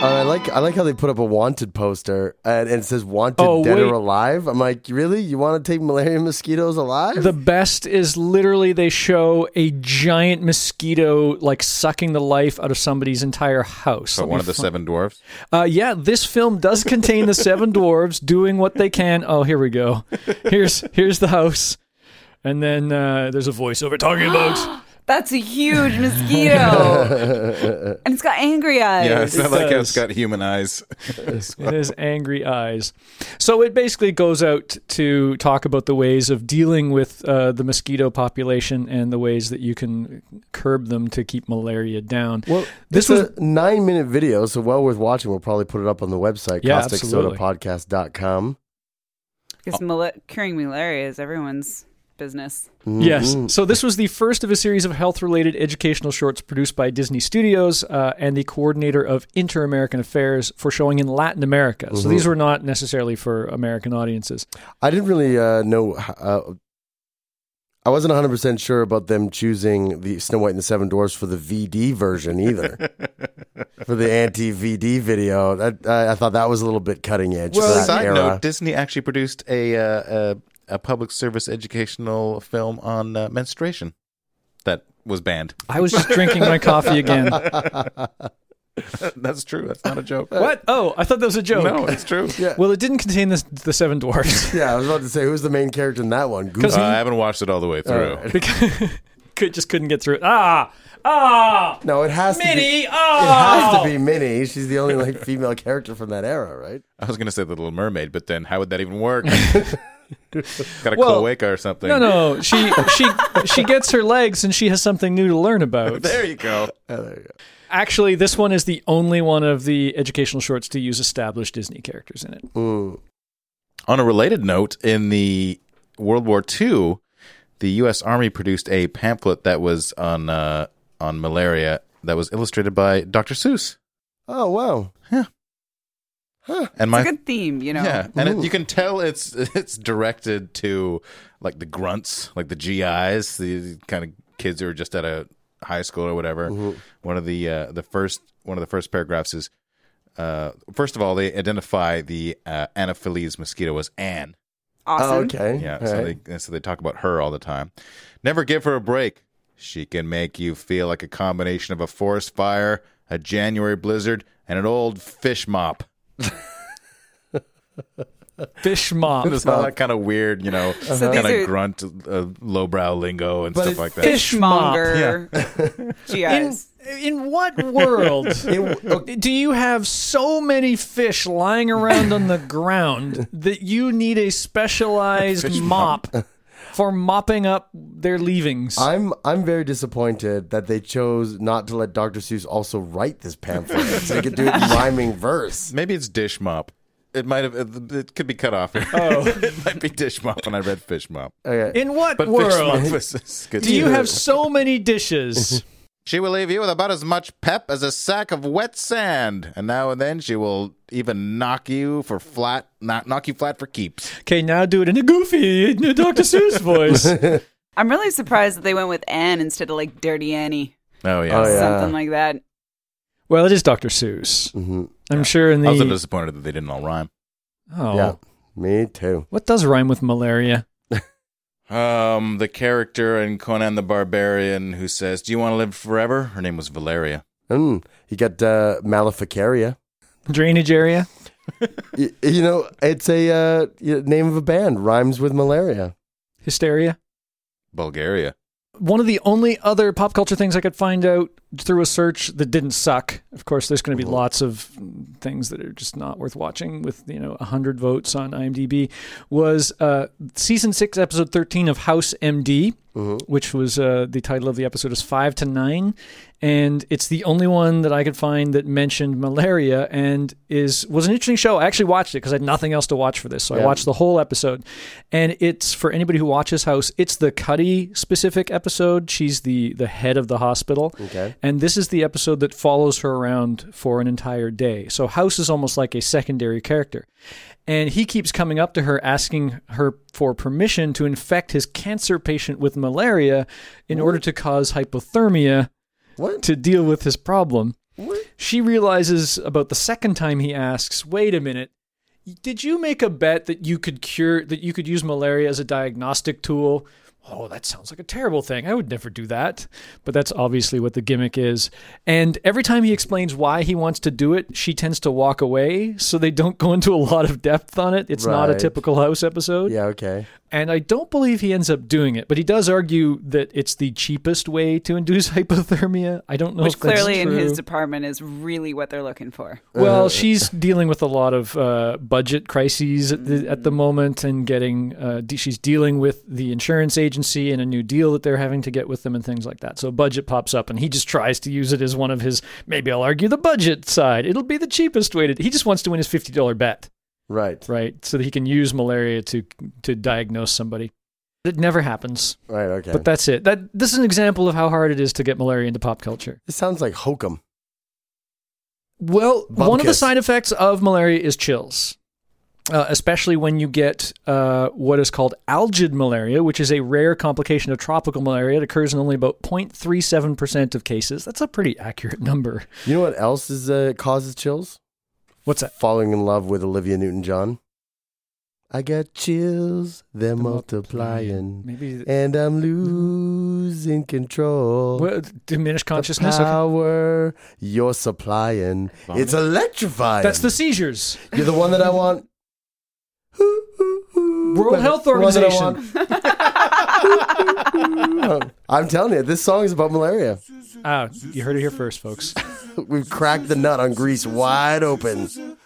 A: Uh, I like I like how they put up a wanted poster and, and it says wanted
C: Oh,
A: dead
C: wait.
A: or alive. I'm like, really? You want to take malaria mosquitoes alive?
C: The best is literally they show a giant mosquito like sucking the life out of somebody's entire house.
D: But
C: Let me
D: one of the
C: fi-
D: seven dwarves.
C: Uh, yeah, this film does contain the seven dwarves doing what they can. Oh, here we go. Here's here's the house, and then uh, there's a voiceover talking about.
B: That's a huge mosquito, and it's got angry eyes.
D: Yeah, it's not like
C: does.
D: it's got human eyes.
C: it is angry eyes. So it basically goes out to talk about the ways of dealing with uh, the mosquito population and the ways that you can curb them to keep malaria down.
A: well,
C: this
A: this
C: was-
A: was a nine minute video, so well worth watching. We'll probably put it up on the website,
C: Yeah, absolutely.
A: causticsodapodcast.com.
D: Oh.
B: Because mala- curing malaria is everyone's business.
C: Yes.
A: Mm-hmm.
C: So this was the first of a series of health-related educational shorts produced by Disney Studios uh, and the coordinator of Inter-American Affairs for showing in Latin America. So
A: Mm-hmm.
C: these were not necessarily for American audiences.
A: I didn't really uh, know. Uh, I wasn't 100% sure about them choosing the Snow White and the Seven Dwarfs for the VD version either. for the anti VD video. That, I, I thought that was a little bit cutting edge for that
D: side
A: era.
D: note: Disney actually produced a uh, a, a public service educational film on uh, menstruation that was banned.
C: I was just drinking my coffee again.
D: Uh, That's true. That's not a joke.
C: What? Oh, I thought that was a joke.
D: No, it's true.
A: Yeah.
C: Well, it didn't contain the, the seven dwarfs.
A: Yeah, I was about to say who's the main character in that one? Goose.
D: Uh, I haven't watched it all the way through.
C: Because- could just couldn't get through it. Ah, ah,
A: No, it has to be.
C: Minnie.
A: It has
C: Oh,
A: to be Minnie. She's the only like female character from that era, right?
D: I was going to say The Little Mermaid, but then how would that even work? Got a
C: Well,
D: cloaca or something.
C: no, no. She she she gets her legs, and she has something new to learn about.
D: There you go.
C: Actually, this one is the only one of the educational shorts to use established Disney characters in it.
A: Ooh.
D: On a related note, in the World War II, the U.S. Army produced a pamphlet that was on uh, on malaria that was illustrated by Dr. Seuss.
A: Oh wow.
D: And
B: It's
D: my
B: a good theme, you know.
D: yeah, and it,
A: Ooh.
D: you can tell it's it's directed to like the grunts, like the GIs, the kind of kids who are just at a high school or whatever. One of the uh, the first one of the first paragraphs is uh, first of all they identify the uh, Anopheles mosquito as Anne.
B: Awesome.
A: Oh, okay.
D: Yeah,
A: All
D: so
A: right.
D: they and so they talk about her all the time. Never give her a break. She can make you feel like a combination of a forest fire, a January blizzard, and an old fish mop.
C: Fish mop. Uh-huh.
D: It's all that kind of weird, you know,
B: So these
D: kind of
B: are-
D: grunt, uh, lowbrow lingo and stuff like that.
B: Fishmonger.
C: In,
B: GIs.
C: in what world do you have so many fish lying around on the ground that you need a specialized mop for mopping up their leavings?
A: I'm I'm very disappointed that they chose not to let Dr. Seuss also write this pamphlet so they could do it in rhyming verse.
D: Maybe it's dish mop. It might have. It, it could be cut off. Oh, it might be dish mop when I read fish mop.
A: Okay.
C: in what
D: But fish
C: Uh, world
D: mop was is good.
C: do you have so many dishes?
D: She will leave you with about as much pep as a sack of wet sand, and now and then she will even knock you for flat, not knock you flat for keeps.
C: Okay, now do it in a goofy Dr. Seuss voice.
A: Mm-hmm.
B: I'm really surprised that they went with Anne instead of like Dirty Annie,
D: Oh
A: yeah. Oh, yeah.
B: something like that.
C: Well, it is Dr. Seuss.
A: hmm
C: I'm sure in
D: I was a little
C: the
D: disappointed that they didn't all rhyme.
C: oh,
A: Yeah. Me too.
C: what does rhyme with malaria?
D: Um, the character in Conan the Barbarian who says, "Do you want to live forever?" Her name was Valeria.
A: Mm. You got uh, Maleficaria.
C: Drainage area.
A: Y- you know, it's a uh, y- name of a band rhymes with malaria.
C: Hysteria.
D: Bulgaria.
C: One of the only other pop culture things I could find out through a search that didn't suck. Of course, there's going to be lots of things that are just not worth watching with, you know, 100 votes on IMDb was uh, season 6 episode 13 of House MD. Which was uh, the title of the episode is five to nine, and it's the only one that I could find that mentioned malaria and is was an interesting show. I actually watched it because I had nothing else to watch for this, so I
A: Yeah.
C: watched the whole episode. And it's for anybody who watches House, it's the Cuddy specific episode. She's the the head of the hospital,
A: Okay.
C: and this is the episode that follows her around for an entire day. So House is almost like a secondary character. And he keeps coming up to her asking her for permission to infect his cancer patient with malaria in order to cause hypothermia
A: What?
C: to deal with his problem. She realizes about the second time he asks, "Wait a minute. Did you make a bet that you could cure that you could use malaria as a diagnostic tool?" Oh, that sounds like a terrible thing. I would never do that. But that's obviously what the gimmick is. And every time he explains why he wants to do it, she tends to walk away, so they don't go into a lot of depth on it. It's not a
A: Right.
C: typical house episode.
A: Yeah, okay.
C: And I don't believe he ends up doing it, but he does argue that it's the cheapest way to induce hypothermia. I don't know
B: Which
C: if Oh, that's
B: clearly in
C: true.
B: his department is really what they're looking for.
A: Uh, Uh-huh.
C: Well, she's dealing with a lot of uh, budget crises at the, at the moment, and getting uh, de- she's dealing with the insurance agency and a new deal that they're having to get with them and things like that. So budget pops up, and he just tries to use it as one of his. Maybe I'll argue the budget side. It'll be the cheapest way to. He just wants to win his fifty dollar bet,
A: Right.
C: right? So that he can use malaria to to diagnose somebody. It never happens,
A: Right, okay.
C: but that's it. That this is an example of how hard it is to get malaria into pop culture.
A: this sounds like hokum.
C: Well,
A: Bum
C: one of the
A: kiss.
C: side effects of malaria is chills, uh, especially when you get uh, what is called algid malaria, which is a rare complication of tropical malaria. It occurs in only about 0.37% of cases. That's a pretty accurate number.
A: You know what else is uh, causes chills?
C: What's that?
A: Falling in love with Olivia Newton John. I got chills, they're multiplying.
C: Maybe.
A: And I'm is in control.
C: Well, diminished
A: The
C: consciousness. Okay.
A: power you're supplying. It's electrifying.
C: That's the seizures.
A: You're the one that I want.
C: World Health
A: The one that I
C: Organization.
D: Oh,
A: want. I'm telling you, this song is about malaria.
C: Ah, you heard it here first, folks.
A: We've cracked the nut on Greece wide open.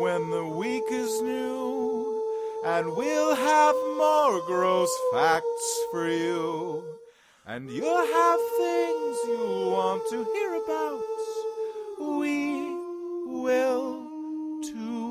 G: when the week is new. And we'll have more gross facts for you. And you'll have things you'll want to hear about. We will too.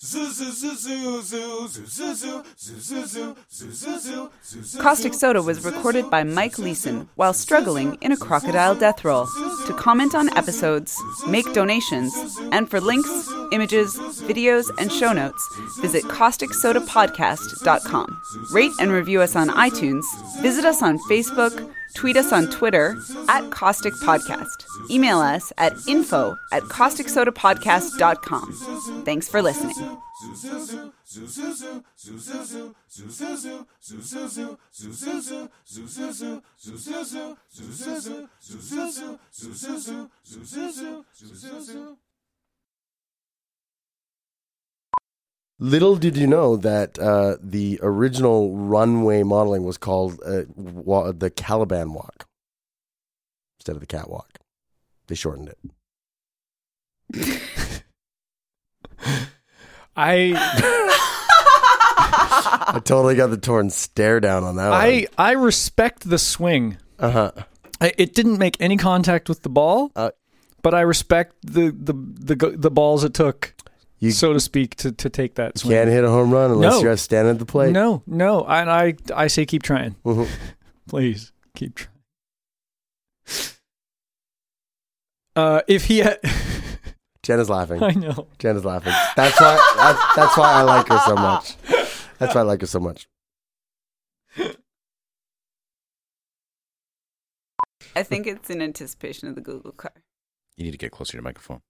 G: Zoo, zoo, zoo, zoo, zoo, zoo, zoo, zoo, zoo, zoo, zoo, zoo, zoo, zoo, zoo, zoo.
B: Caustic Soda was recorded by Mike Leeson while struggling in a crocodile death roll. To comment on episodes, make donations, and for links, images, videos, and show notes, visit causticsodapodcast.com. Rate and review us on iTunes, visit us on Facebook, tweet us on Twitter at Caustic Podcast, email us at info at causticsodapodcast.com. Thanks for listening.
A: Little did you know that uh, the original runway modeling was called uh, wa- the Caliban Walk instead of the Catwalk. They shortened it.
C: I
A: I totally got the torn stare down on that
C: Ah. I I respect the swing.
A: one. Uh-huh.
C: I, it didn't make any contact with the ball,
A: Uh,
C: but I respect the the the, go- the balls it took,
A: You
C: so to speak, to, to take that swing.
A: can't hit a home run unless
C: No.
A: you're standing at the plate.
C: No, no, and I I say keep trying.
A: Mhm.
C: Please keep trying. Uh, if he had,
A: Jen is laughing.
C: I know.
A: Jen is laughing. That's why. that, that's why I like her so much. That's why I like her so much.
B: I think it's in anticipation of the Google car.
D: You need to get closer to your microphone.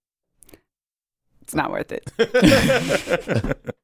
B: It's not worth it.